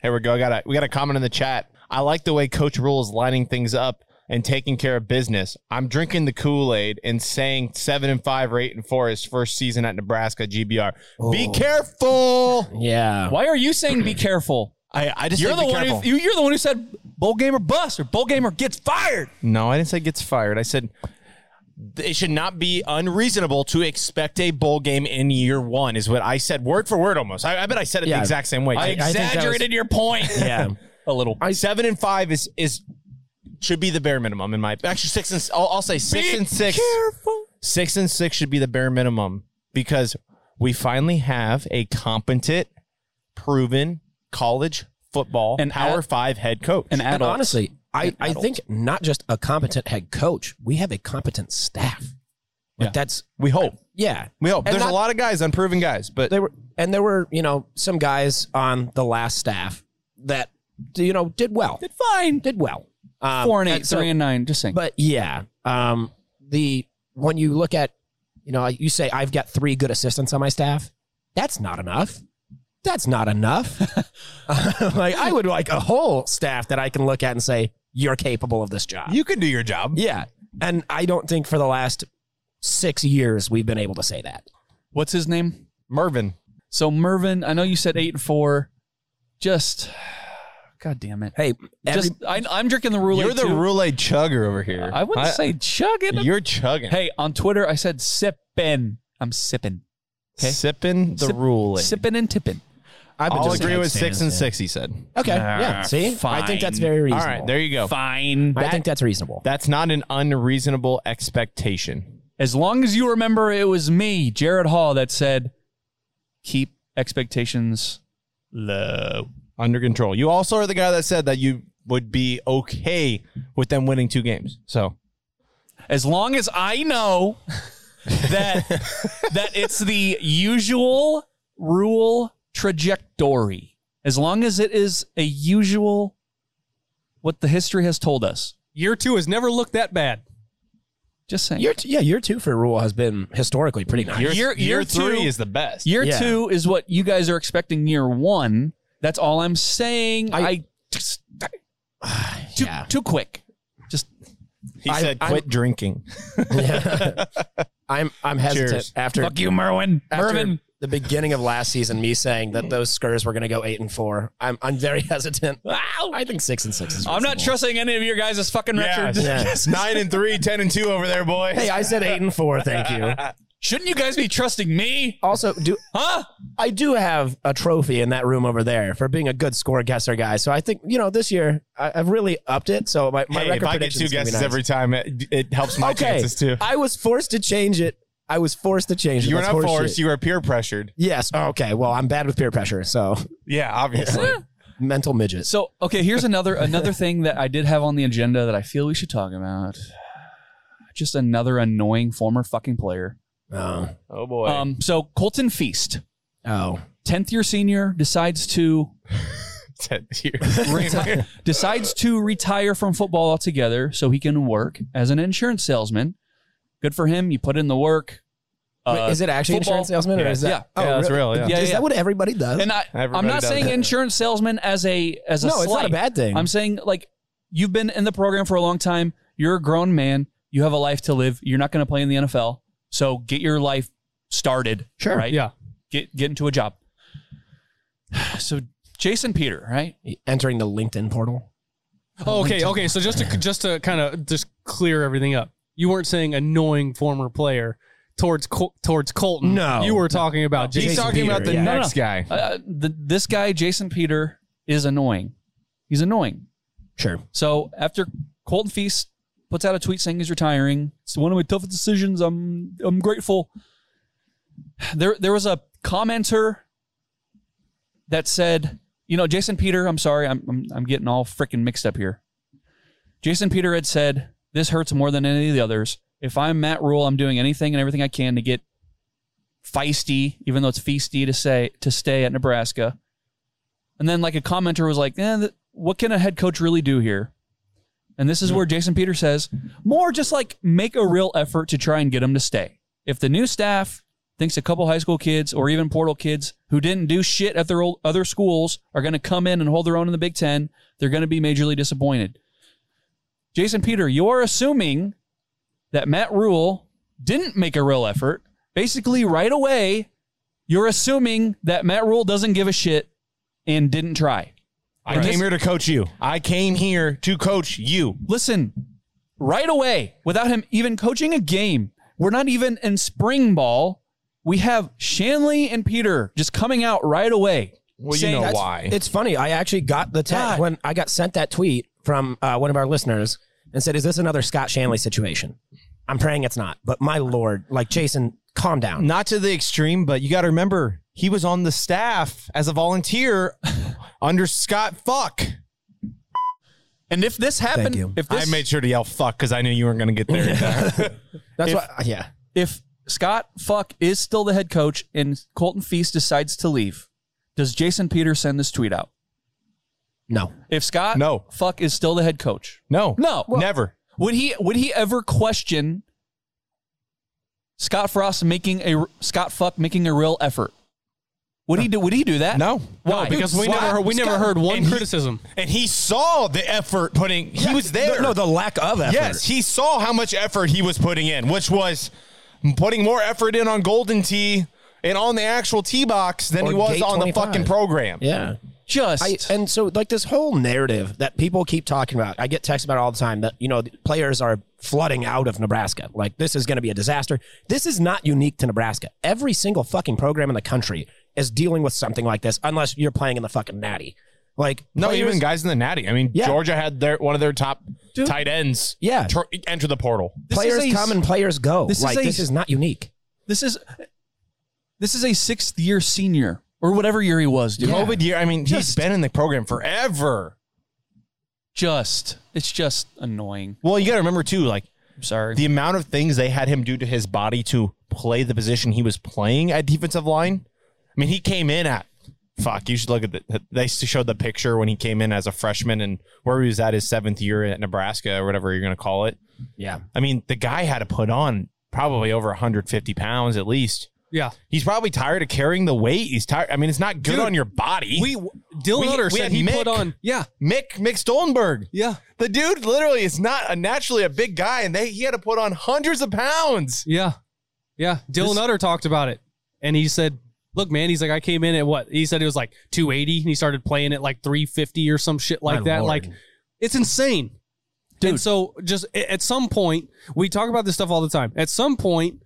Speaker 4: Here we go. I got a we got a comment in the chat. I like the way Coach Rule is lining things up and taking care of business. I'm drinking the Kool Aid and saying seven and five or eight and four his first season at Nebraska GBR. Be careful.
Speaker 8: Yeah.
Speaker 3: Why are you saying be careful?
Speaker 4: I, I just
Speaker 3: You're
Speaker 4: said
Speaker 3: the
Speaker 4: be
Speaker 3: one. Who,
Speaker 4: careful.
Speaker 3: you, you're the one who said bowl game or bust or bowl game or gets fired.
Speaker 4: no, I didn't say gets fired. I said it should not be unreasonable to expect a bowl game in year one. Is what I said word for word almost. I, I bet I said it
Speaker 8: Yeah.
Speaker 4: the exact same way.
Speaker 3: I,
Speaker 8: I think that was-
Speaker 3: exaggerated your point
Speaker 8: (laughs) Yeah.
Speaker 3: a little.
Speaker 4: seven and five is is should be the bare minimum in my actually six and s- I'll, I'll say six and six.
Speaker 3: Careful.
Speaker 4: Six and six should be the bare minimum because we finally have a competent, proven college football
Speaker 3: An
Speaker 4: power
Speaker 3: ad-
Speaker 4: five head coach.
Speaker 3: An
Speaker 8: And
Speaker 3: adult.
Speaker 8: honestly, I, I think not just a competent head coach, we have a competent staff. Like
Speaker 4: Yeah.
Speaker 8: that's
Speaker 4: we hope.
Speaker 8: yeah.
Speaker 4: We hope.
Speaker 8: And
Speaker 4: There's
Speaker 8: not-
Speaker 4: a lot of guys, unproven guys, but
Speaker 8: They were and there were, you know, some guys on the last staff that you know did well. Did fine. Did well. Um,
Speaker 3: four and eight,
Speaker 8: so-
Speaker 3: three and nine. Just saying.
Speaker 8: But yeah, um, the when you look at, you know, you say I've got three good assistants on my staff. That's not enough. That's not
Speaker 4: (laughs)
Speaker 8: enough. (laughs) like I would like a whole staff that I can look at and say you're capable of this job.
Speaker 4: you can do your job.
Speaker 8: yeah, and I don't think for the last six years we've been able to say that.
Speaker 3: What's his name?
Speaker 4: Mervin.
Speaker 3: So Mervin, I know you said eight and four. Just, God damn it.
Speaker 8: Hey, every,
Speaker 3: Just, I, I'm drinking the roulette.
Speaker 4: You're the
Speaker 3: too.
Speaker 4: roulette chugger over here.
Speaker 3: I wouldn't say chugging.
Speaker 4: you're chugging.
Speaker 3: Hey, on Twitter, I said sippin'. I'm sippin'. okay.
Speaker 4: sipping the
Speaker 3: Sip-
Speaker 4: roulette.
Speaker 3: Sippin' and tippin'.
Speaker 8: I've been
Speaker 4: I'll
Speaker 8: just
Speaker 4: agree
Speaker 8: saying
Speaker 4: with six and
Speaker 8: stands,
Speaker 4: six. He said.
Speaker 8: yeah. Okay, yeah. See, Ah, I think that's very
Speaker 4: All
Speaker 8: reasonable.
Speaker 4: right, there you go.
Speaker 3: Fine.
Speaker 8: I think that's reasonable.
Speaker 4: That's not an unreasonable expectation.
Speaker 3: As long as you remember it was me, Jared Hall, that said, keep expectations low.
Speaker 4: Under control. You also are the guy that said that you would be okay with them winning two games. So
Speaker 3: As long as I know (laughs) that that it's the usual rule trajectory. As long as it is a usual what the history has told us.
Speaker 1: Year two has never looked that bad.
Speaker 3: Just saying.
Speaker 8: Year two, yeah, year two for rule has been historically pretty nice.
Speaker 4: year,
Speaker 3: Year-
Speaker 4: year,
Speaker 3: year
Speaker 4: three
Speaker 3: two-
Speaker 4: is the best.
Speaker 3: Year
Speaker 8: Yeah.
Speaker 3: two is what you guys are expecting year one. That's all I'm saying. I,
Speaker 8: I-
Speaker 3: just (sighs) too,
Speaker 8: yeah.
Speaker 3: too quick. Just
Speaker 4: he
Speaker 8: I-
Speaker 4: said,
Speaker 8: I'm- (laughs)
Speaker 4: "Quit drinking."
Speaker 8: Yeah. I'm I'm hesitant
Speaker 4: Cheers.
Speaker 8: after,
Speaker 3: fuck you, Merwin.
Speaker 8: after
Speaker 3: Mervin.
Speaker 8: the beginning of last season, me saying that those Scurs were going to go eight and four. I'm I'm very (laughs) hesitant. I think six and six is.
Speaker 3: I'm not
Speaker 8: reasonable.
Speaker 3: trusting any of your guys' fucking records.
Speaker 8: Yeah.
Speaker 4: Nine and three, ten and two over there, boy.
Speaker 8: Hey, I said eight and four. Thank
Speaker 4: (laughs)
Speaker 8: you.
Speaker 3: Shouldn't you guys be trusting me?
Speaker 8: Also, do
Speaker 3: Huh?
Speaker 8: I do have a trophy in that room over there for being a good score guesser, guy. So I think you know this year I, I've really upped it. So my, my
Speaker 4: Hey,
Speaker 8: record
Speaker 4: if I get
Speaker 8: prediction
Speaker 4: two
Speaker 8: is gonna be
Speaker 4: guesses
Speaker 8: nice.
Speaker 4: every time, it, it helps my
Speaker 8: okay.
Speaker 4: chances too.
Speaker 8: I was forced to change it. I was forced to change it.
Speaker 4: You were
Speaker 8: That's
Speaker 4: not
Speaker 8: horseshit.
Speaker 4: forced. You were peer pressured.
Speaker 8: Yes. Oh, okay. Well, I'm bad with peer pressure, so
Speaker 4: Yeah, (laughs) obviously.
Speaker 8: mental midget.
Speaker 3: So okay, here's
Speaker 8: (laughs)
Speaker 3: another another thing that I did have on the agenda that I feel we should talk about. Just another annoying former fucking player.
Speaker 8: Oh.
Speaker 4: oh boy.
Speaker 3: Um, so Colton Feast,
Speaker 8: Oh.
Speaker 3: tenth year senior, decides to
Speaker 4: Ten
Speaker 8: (laughs)
Speaker 4: years.
Speaker 3: decides to retire from football altogether so he can work as an insurance salesman. Good for him. You put in the work. Uh,
Speaker 8: is it actually
Speaker 3: football?
Speaker 8: insurance salesman or
Speaker 4: Yeah.
Speaker 8: is that?
Speaker 3: Yeah.
Speaker 8: Oh,
Speaker 4: yeah, that's
Speaker 8: really?
Speaker 4: real. Yeah.
Speaker 3: Yeah,
Speaker 8: is
Speaker 3: yeah.
Speaker 8: that what everybody does?
Speaker 3: and I, I'm
Speaker 4: Everybody
Speaker 3: not
Speaker 4: does
Speaker 3: saying
Speaker 4: that.
Speaker 3: insurance salesman as a as a
Speaker 8: no, it's not a
Speaker 3: slight.
Speaker 8: bad thing.
Speaker 3: I'm saying like you've been in the program for a long time. You're a grown man. You have a life to live. You're not going to play in the NFL. So get your life started.
Speaker 8: Sure.
Speaker 3: Right.
Speaker 1: Yeah.
Speaker 3: Get get into a job. (sighs) So Jason Peter, right?
Speaker 8: Entering the LinkedIn portal.
Speaker 1: Okay, okay. So just
Speaker 8: (laughs)
Speaker 1: to just to kind of just clear everything up, you weren't saying annoying former player towards Col- towards Colton.
Speaker 8: No.
Speaker 1: you were talking about
Speaker 4: He's
Speaker 1: Jason.
Speaker 4: talking
Speaker 8: Peter,
Speaker 4: about the
Speaker 8: yeah.
Speaker 3: No, no,
Speaker 4: next guy.
Speaker 3: Uh, the, this guy Jason Peter is annoying. He's annoying.
Speaker 8: Sure.
Speaker 3: So after Colton Feast puts out a tweet saying he's retiring, it's one of my toughest decisions. I'm I'm grateful. There there was a commenter that said, you know, Jason Peter, I'm sorry, I'm I'm, I'm getting all freaking mixed up here. Jason Peter had said, "This hurts more than any of the others. If I'm Matt Rule, I'm doing anything and everything I can to get feisty, even though it's feisty to say to stay at Nebraska." And then like a commenter was like, eh, th- what can a head coach really do here? And this is where Jason Peter says, more just like make a real effort to try and get him to stay. If the new staff thinks a couple high school kids or even portal kids who didn't do shit at their old, other schools are going to come in and hold their own in the Big Ten, they're going to be majorly disappointed. Jason Peter, you're assuming that Matt Rule didn't make a real effort. Basically, right away, you're assuming that Matt Rule doesn't give a shit and didn't try.
Speaker 4: I came here to coach you. I came here to coach you.
Speaker 3: Listen, right away, without him even coaching a game, we're not even in spring ball. We have Shanley and Peter just coming out right away.
Speaker 4: Well, you
Speaker 3: saying-
Speaker 4: know
Speaker 3: That's-
Speaker 4: why.
Speaker 8: It's funny. I actually got the text
Speaker 3: God.
Speaker 8: when I got sent that tweet from uh, one of our listeners and said, "Is this another Scott Shanley situation?" I'm praying it's not. But my lord, like Jason, calm down.
Speaker 4: Not to the extreme, but you got to remember he was on the staff as a volunteer under Scott Fuck.
Speaker 3: And if this
Speaker 8: Thank you.
Speaker 3: happened, if this,
Speaker 4: I made sure to yell fuck because I knew you weren't going to get there.
Speaker 8: That's
Speaker 3: if-
Speaker 8: why. Yeah.
Speaker 3: if Scott Fuck is still the head coach and Colton Feast decides to leave, does Jason Peters send this tweet out?
Speaker 8: No.
Speaker 3: If Scott
Speaker 4: No.
Speaker 3: Fuck is still the head coach,
Speaker 4: no,
Speaker 3: No.
Speaker 4: never.
Speaker 3: Would he would he ever question Scott Frost making a Scott Fuck making a real effort? Would he do would he do that?
Speaker 4: No,
Speaker 3: Why?
Speaker 4: No,
Speaker 1: because we
Speaker 4: Scott-
Speaker 1: never we never
Speaker 4: Scott-
Speaker 1: heard one
Speaker 4: and he-
Speaker 1: criticism.
Speaker 4: and he saw the effort putting. he was there.
Speaker 8: No, the lack of effort.
Speaker 4: Yes, he saw how much effort he was putting in, which was putting more effort in on Golden Tee and on the actual tee box than
Speaker 8: Or
Speaker 4: he was
Speaker 8: gate
Speaker 4: on the
Speaker 8: 25.
Speaker 4: fucking program.
Speaker 8: Yeah.
Speaker 3: Just
Speaker 8: I, and so like this whole narrative that people keep talking about, I get texts about it all the time that you know the players are flooding out of Nebraska. Like this is going to be a disaster. This is not unique to Nebraska. Every single fucking program in the country is dealing with something like this, unless you're playing in the fucking Natty. Like
Speaker 4: No,
Speaker 8: players-
Speaker 4: even guys in the Natty. I mean,
Speaker 8: Yeah.
Speaker 4: Georgia had their one of their top tight ends.
Speaker 8: Yeah.
Speaker 4: tr- enter the portal.
Speaker 8: players
Speaker 3: is a-
Speaker 8: come and players go.
Speaker 3: this is
Speaker 8: like
Speaker 3: a-
Speaker 8: this is not unique.
Speaker 3: this is this is a sixth year senior or whatever year he was, dude.
Speaker 4: COVID year. I mean, he's
Speaker 3: Just-
Speaker 4: been in the program forever.
Speaker 3: Just it's just annoying.
Speaker 4: Well, you got to remember too, like
Speaker 3: I'm sorry.
Speaker 4: the amount of things they had him do to his body to play the position he was playing at defensive line. I mean, he came in at fuck. You should look at the. They showed the picture when he came in as a freshman and where he was at his seventh year at Nebraska or whatever you're going to call it.
Speaker 8: Yeah.
Speaker 4: I mean, the guy had to put on probably over 150 pounds at least.
Speaker 1: Yeah.
Speaker 4: He's probably tired of carrying the weight. He's tired. I mean, it's not good
Speaker 1: Dude,
Speaker 4: on your body.
Speaker 1: We Dylan
Speaker 4: We-
Speaker 1: Utter
Speaker 4: we
Speaker 1: said
Speaker 4: had
Speaker 1: he
Speaker 4: Mick.
Speaker 1: put on yeah
Speaker 4: Mick Mick Stoltenberg.
Speaker 1: yeah
Speaker 4: The dude literally is not a naturally a big guy, and they he had to put on hundreds of pounds.
Speaker 1: yeah yeah. Dylan Utter talked about it, and he said, "Look, man, he's like I came in at what he said it was like 280, and he started playing at like 350 or some shit like
Speaker 8: My
Speaker 1: that.
Speaker 8: lord.
Speaker 1: Like it's insane." And so, just a- at some point, we talk about this stuff all the time. At some point,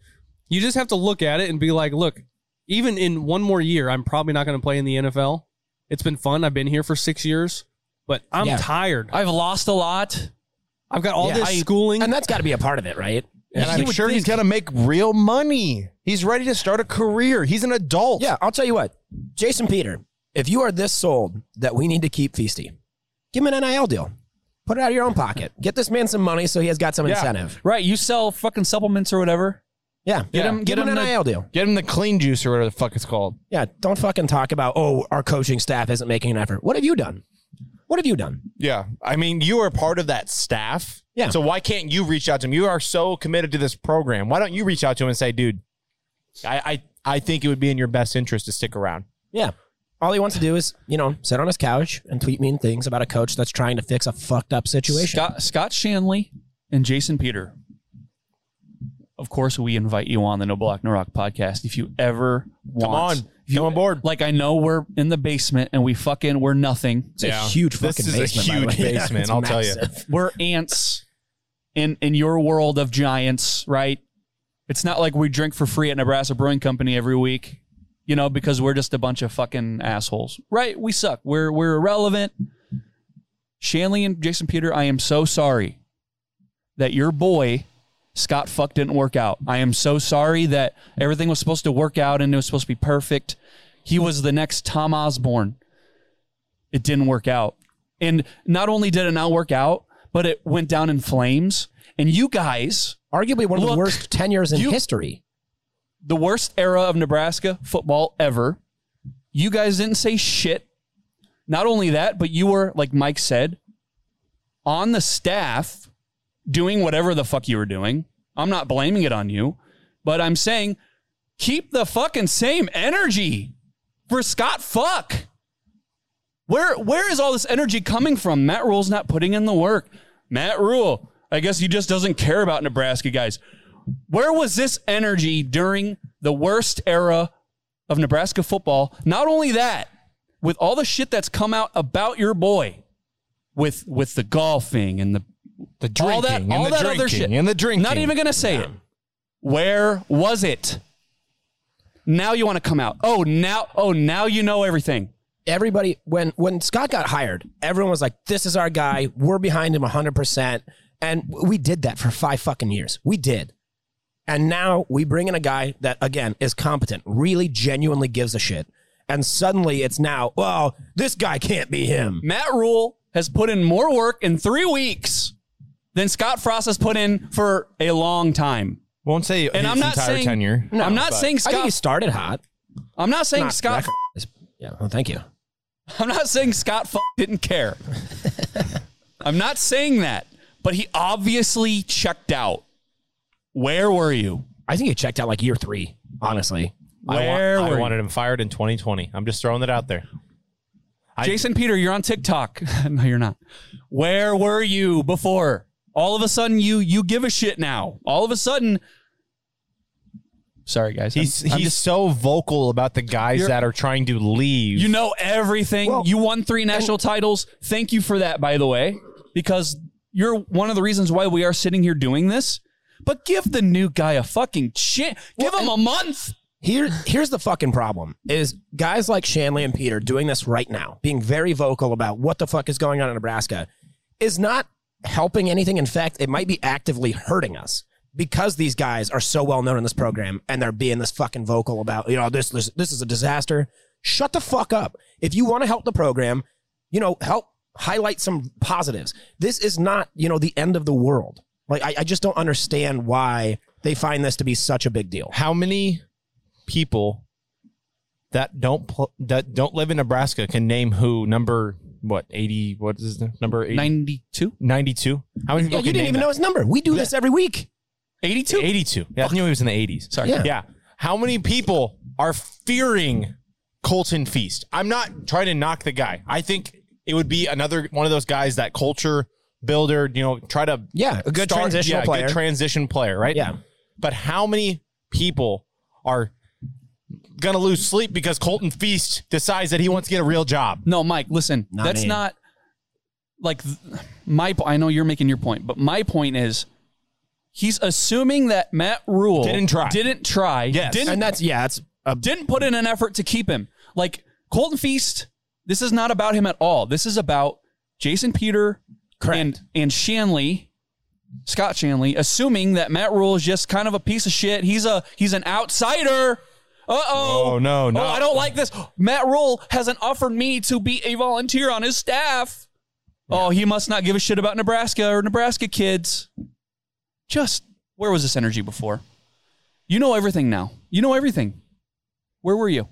Speaker 1: you just have to look at it and be like, look, even in one more year, I'm probably not going to play in the NFL. It's been fun. I've been here for six years, but I'm
Speaker 8: Yeah.
Speaker 1: tired.
Speaker 3: I've lost a lot.
Speaker 1: I've got all
Speaker 8: Yeah.
Speaker 1: this
Speaker 8: I-
Speaker 1: schooling.
Speaker 8: And that's got to be a part of it, right?
Speaker 4: And I'm sure he's gonna make real money. He's ready to start a career. He's an adult.
Speaker 8: Yeah, I'll tell you what, Jason Peter, if you are this sold that we need to keep Feasty, give him an NIL deal. Put it out of your own pocket. Get this man some money so he has got some incentive.
Speaker 3: Right, you sell fucking supplements or whatever.
Speaker 8: Yeah,
Speaker 4: Get
Speaker 8: Yeah.
Speaker 4: him-
Speaker 8: Give
Speaker 4: get
Speaker 8: him
Speaker 4: him
Speaker 8: an
Speaker 4: the-
Speaker 8: NIL deal.
Speaker 4: Get him the clean juice or whatever the fuck it's called.
Speaker 8: Yeah, don't fucking talk about oh our coaching staff isn't making an effort. What have you done? What have you done?
Speaker 4: Yeah. I mean, you are part of that staff.
Speaker 8: Yeah.
Speaker 4: So why can't you reach out to him? You are so committed to this program. Why don't you reach out to him and say, dude, I I, I think it would be in your best interest to stick around.
Speaker 8: Yeah, all he wants to do is you know sit on his couch and tweet mean things about a coach that's trying to fix a fucked up situation.
Speaker 3: Scott, Scott Shanley and Jason Peter. Of course, we invite you on the No Block No Rock podcast if you ever
Speaker 4: Come
Speaker 3: want.
Speaker 4: on. Come on board.
Speaker 3: Like I know we're in the basement and we fucking we're nothing.
Speaker 8: It's
Speaker 4: Yeah.
Speaker 8: a huge
Speaker 4: This
Speaker 8: fucking
Speaker 4: is a
Speaker 8: basement. by the
Speaker 3: (laughs)
Speaker 4: huge
Speaker 8: way. (laughs) Yeah,
Speaker 4: basement,
Speaker 8: it's
Speaker 4: I'll tell you.
Speaker 8: massive.
Speaker 3: We're ants in in your world of giants, right? It's not like we drink for free at Nebraska Brewing Company every week, you know, because we're just a bunch of fucking assholes. Right? We suck. We're we're irrelevant. Shanley and Jason Peter, I am so sorry that your boy Scott fuck didn't work out. I am so sorry that everything was supposed to work out and it was supposed to be perfect. He was the next Tom Osborne. It didn't work out. And not only did it not work out, but it went down in flames. And you guys,
Speaker 8: Arguably one of
Speaker 3: Look,
Speaker 8: the worst tenures in
Speaker 3: you-
Speaker 8: history.
Speaker 3: the worst era of Nebraska football ever, you guys didn't say shit. Not only that, but you were, like Mike said, on the staff doing whatever the fuck you were doing. I'm not blaming it on you, but I'm saying keep the fucking same energy for Scott Fuck. Where where is all this energy coming from? Matt Rule's not putting in the work. Matt Rule, I guess he just doesn't care about Nebraska guys. Where was this energy during the worst era of Nebraska football? Not only that, with all the shit that's come out about your boy, with with the golfing and the
Speaker 4: The drinking
Speaker 3: all that
Speaker 4: and
Speaker 3: all
Speaker 4: the
Speaker 3: that
Speaker 4: drinking
Speaker 3: other shit
Speaker 4: and the drinking.
Speaker 3: Not even gonna say it. Where was it? Now you want to come out? Oh now oh now you know everything.
Speaker 8: everybody when when Scott got hired, everyone was like, "This is our guy. We're behind him 100." percent And we did that for five fucking years. We did. And now we bring in a guy that, again, is competent, really genuinely gives a shit. And suddenly it's now, well, this guy can't be him.
Speaker 3: Matt Rule has put in more work in three weeks than Scott Frost has put in for a long time.
Speaker 4: Won't say
Speaker 3: And
Speaker 4: his
Speaker 3: I'm not
Speaker 4: entire
Speaker 3: saying
Speaker 4: tenure.
Speaker 3: I'm not
Speaker 4: but-
Speaker 3: saying
Speaker 8: I think he
Speaker 3: Scott.
Speaker 8: started hot.
Speaker 3: I'm not saying
Speaker 8: Not
Speaker 3: Scott.
Speaker 8: that- Yeah, well, thank you.
Speaker 3: I'm not saying Scott f- didn't care. I'm not saying that, but he obviously checked out. Where were you?
Speaker 8: I think he checked out like year three, honestly.
Speaker 4: I, want-
Speaker 3: Where
Speaker 4: I
Speaker 3: were you?
Speaker 4: wanted him fired in 2020. I'm just throwing that out there. I-
Speaker 3: Jason Peter, you're on TikTok. (laughs) no, you're not. Where were you before? All of a sudden, you you give a shit now. All of a sudden, sorry guys, I'm-
Speaker 4: He's
Speaker 3: I'm
Speaker 4: he's
Speaker 3: just-
Speaker 4: so vocal about the guys
Speaker 3: You're-
Speaker 4: that are trying to leave.
Speaker 3: you know everything. you won three national titles. Thank you for that, by the way, because you're one of the reasons why we are sitting here doing this. But give the new guy a fucking chance. Give him a month.
Speaker 8: Here, here's the fucking problem: is guys like Shanley and Peter doing this right now, being very vocal about what the fuck is going on in Nebraska, is not helping anything. In fact, it might be actively hurting us because these guys are so well known in this program and they're being this fucking vocal about, you know, this this, this is a disaster. Shut the fuck up. If you want to help the program, you know, help highlight some positives. This is not, you know, the end of the world. Like I, I just don't understand why they find this to be such a big deal.
Speaker 4: how many people that don't pl- that don't live in Nebraska can name who number what 80 what is the number 80,
Speaker 3: Ninety-two.
Speaker 4: 92? How many
Speaker 8: Yeah,
Speaker 4: people
Speaker 8: you
Speaker 4: can
Speaker 8: didn't
Speaker 4: name
Speaker 8: even know
Speaker 4: that?
Speaker 8: his number. We do this every week.
Speaker 3: 82?
Speaker 4: 82. Yeah, I knew he was in the 80s.
Speaker 3: Sorry.
Speaker 8: Yeah.
Speaker 4: Yeah. How many people are fearing Colton Feast? I'm not trying to knock the guy. I think it would be another one of those guys that culture builder, you know, try to
Speaker 8: Yeah, a good transitional
Speaker 4: yeah, good
Speaker 8: player.
Speaker 4: transition player, right?
Speaker 8: Yeah.
Speaker 4: But how many people are gonna lose sleep because Colton Feast decides that he wants to get a real job?
Speaker 3: No, Mike, listen.
Speaker 8: Not
Speaker 3: that's
Speaker 8: me.
Speaker 3: not like th- my. po- I know you're making your point, but my point is he's assuming that Matt Rule
Speaker 4: Didn't try.
Speaker 3: Didn't try.
Speaker 4: Yes.
Speaker 3: Didn't
Speaker 8: and that's yeah, that's a,
Speaker 3: didn't put in an effort to keep him. Like Colton Feast, this is not about him at all. This is about Jason Peter and and Shanley, Scott Shanley, assuming that Matt Rule is just kind of a piece of shit. He's a he's an outsider. Uh oh.
Speaker 4: Oh, no, no.
Speaker 3: Oh, I don't like this. Matt Rule hasn't offered me to be a volunteer on his staff. Oh, he must not give a shit about Nebraska or Nebraska kids. Just where was this energy before? You know everything now. You know everything. Where were you?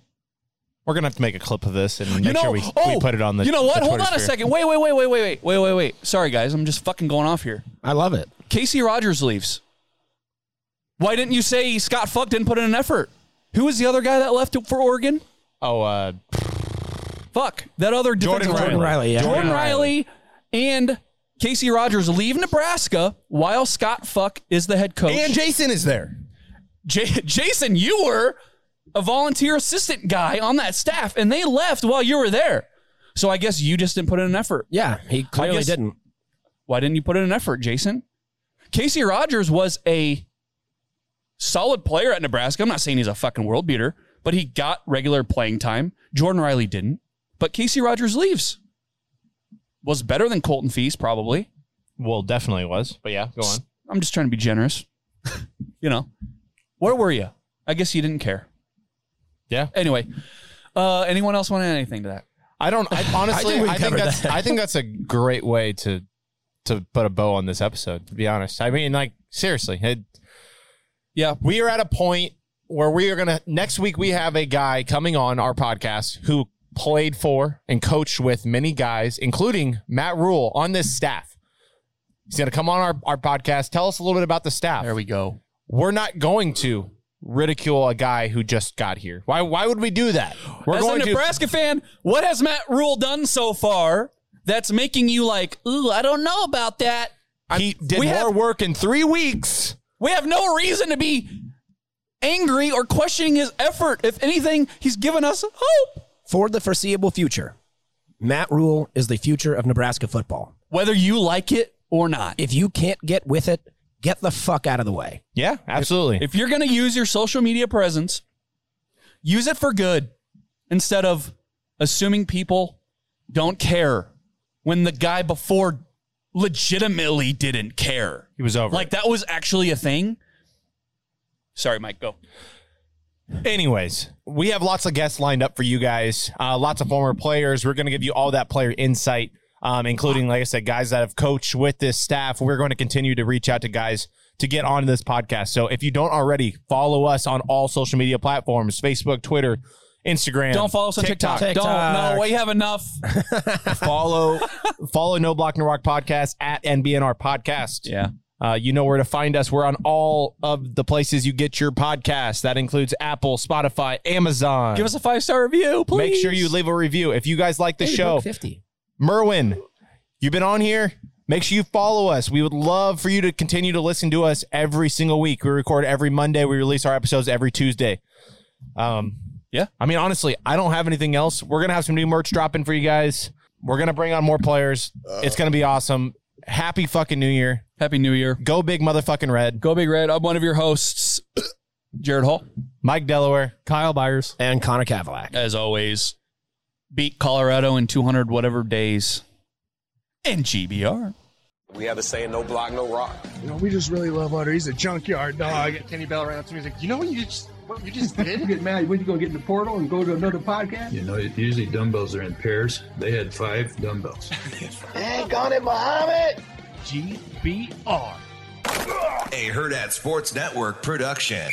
Speaker 4: We're gonna have to make a clip of this and make
Speaker 3: you know, oh,
Speaker 4: sure we, we put it on the
Speaker 3: You know what?
Speaker 4: the
Speaker 3: Hold
Speaker 4: Twitter
Speaker 3: on a
Speaker 4: sphere.
Speaker 3: second. Wait, wait, wait, wait, wait, wait, wait, wait, wait. Sorry, guys. I'm just fucking going off here.
Speaker 8: I love it.
Speaker 3: Casey Rogers leaves. Why didn't you say Scott Fuck didn't put in an effort? Who was the other guy that left for Oregon?
Speaker 4: Oh uh
Speaker 3: Fuck that other
Speaker 4: Jordan
Speaker 3: defensive
Speaker 4: Riley.
Speaker 8: Jordan Riley, yeah.
Speaker 3: Jordan Riley and Casey Rogers leave Nebraska while Scott Fuck is the head coach.
Speaker 4: And Jason is there.
Speaker 3: J- Jason, you were a volunteer assistant guy on that staff, and they left while you were there. So I guess you just didn't put in an effort.
Speaker 8: Yeah, he clearly
Speaker 3: guess-
Speaker 8: didn't.
Speaker 3: Why didn't you put in an effort, Jason? Casey Rogers was a solid player at Nebraska. I'm not saying he's a fucking world beater, but he got regular playing time. Jordan Riley didn't. But Casey Rogers leaves. Was better than Colton Feast, probably.
Speaker 4: Well, definitely was. But yeah, go on.
Speaker 3: I'm just trying to be generous. (laughs) you know, where were you? I guess you didn't care.
Speaker 4: Yeah.
Speaker 3: Anyway, uh, anyone else want to add anything to that?
Speaker 4: I don't. I, honestly,
Speaker 8: think we
Speaker 4: I, think
Speaker 8: covered
Speaker 4: that's.
Speaker 8: that.
Speaker 4: I think that's a great way to to put a bow on this episode. To be honest, I mean, like seriously, it,
Speaker 3: Yeah.
Speaker 4: we are at a point where we are gonna. Next week, we have a guy coming on our podcast who played for and coached with many guys, including Matt Rule, on this staff. He's gonna come on our, our podcast. Tell us a little bit about the staff.
Speaker 3: There we go.
Speaker 4: We're not going to ridicule a guy who just got here. Why? Why would we do that? We're
Speaker 3: As
Speaker 4: going
Speaker 3: a
Speaker 4: to.
Speaker 3: Nebraska fan, what has Matt Rule done so far that's making you like, ooh, I don't know about that?
Speaker 4: he did
Speaker 3: we
Speaker 4: more
Speaker 3: have-
Speaker 4: work in three weeks.
Speaker 3: We have no reason to be angry or questioning his effort. If anything, he's given us hope.
Speaker 8: For the foreseeable future, Matt Rule is the future of Nebraska football.
Speaker 3: Whether you like it or not.
Speaker 8: If you can't get with it, get the fuck out of the way.
Speaker 4: Yeah, absolutely.
Speaker 3: If you're going to use your social media presence, use it for good instead of assuming people don't care when the guy before legitimately didn't care.
Speaker 4: He was over.
Speaker 3: Like that was actually a thing. Sorry, Mike, go.
Speaker 4: Anyways, we have lots of guests lined up for you guys. Uh, lots of former players. We're going to give you all that player insight, um, including, like I said, guys that have coached with this staff. We're going to continue to reach out to guys to get on this podcast. So if you don't already, follow us on all social media platforms: Facebook, Twitter, Instagram.
Speaker 3: Don't follow us on TikTok. Don't. No, we have enough.
Speaker 4: follow follow No Block No Rock podcast at NBNR podcast.
Speaker 3: Yeah.
Speaker 4: Uh, you know where to find us. We're on all of the places you get your podcast. That includes Apple, Spotify, Amazon.
Speaker 3: Give us a five star review, please.
Speaker 4: Make sure you leave a review if you guys like the
Speaker 8: Hey,
Speaker 4: show.
Speaker 8: Brooke, 50.
Speaker 4: Merwin, you've been on here. Make sure you follow us. We would love for you to continue to listen to us every single week. We record every Monday. We release our episodes every Tuesday. Um,
Speaker 3: Yeah.
Speaker 4: I mean, honestly, I don't have anything else. We're gonna have some new merch dropping for you guys. We're gonna bring on more players. it's gonna be awesome. Happy fucking New Year.
Speaker 3: Happy New Year.
Speaker 4: Go big motherfucking red.
Speaker 3: Go Big Red. I'm one of your hosts, (clears throat) Jared Hall.
Speaker 4: Mike Delaware.
Speaker 1: Kyle Byers.
Speaker 8: And Connor Cavillac.
Speaker 3: As always, beat Colorado in 200 whatever days. And GBR.
Speaker 2: (laughs) We have a saying, no block, no rock.
Speaker 11: You know, we just really love Otter. He's a junkyard dog.
Speaker 12: Kenny Bell ran up to me. He's like, "You know what you just what you just
Speaker 5: You
Speaker 12: did?
Speaker 5: get mad when you gonna get in the portal and go to another podcast?
Speaker 6: You know, usually dumbbells are in pairs. They had five dumbbells.
Speaker 12: Daggone it, Muhammad!"
Speaker 5: GBR.
Speaker 13: A Herd at Sports Network production.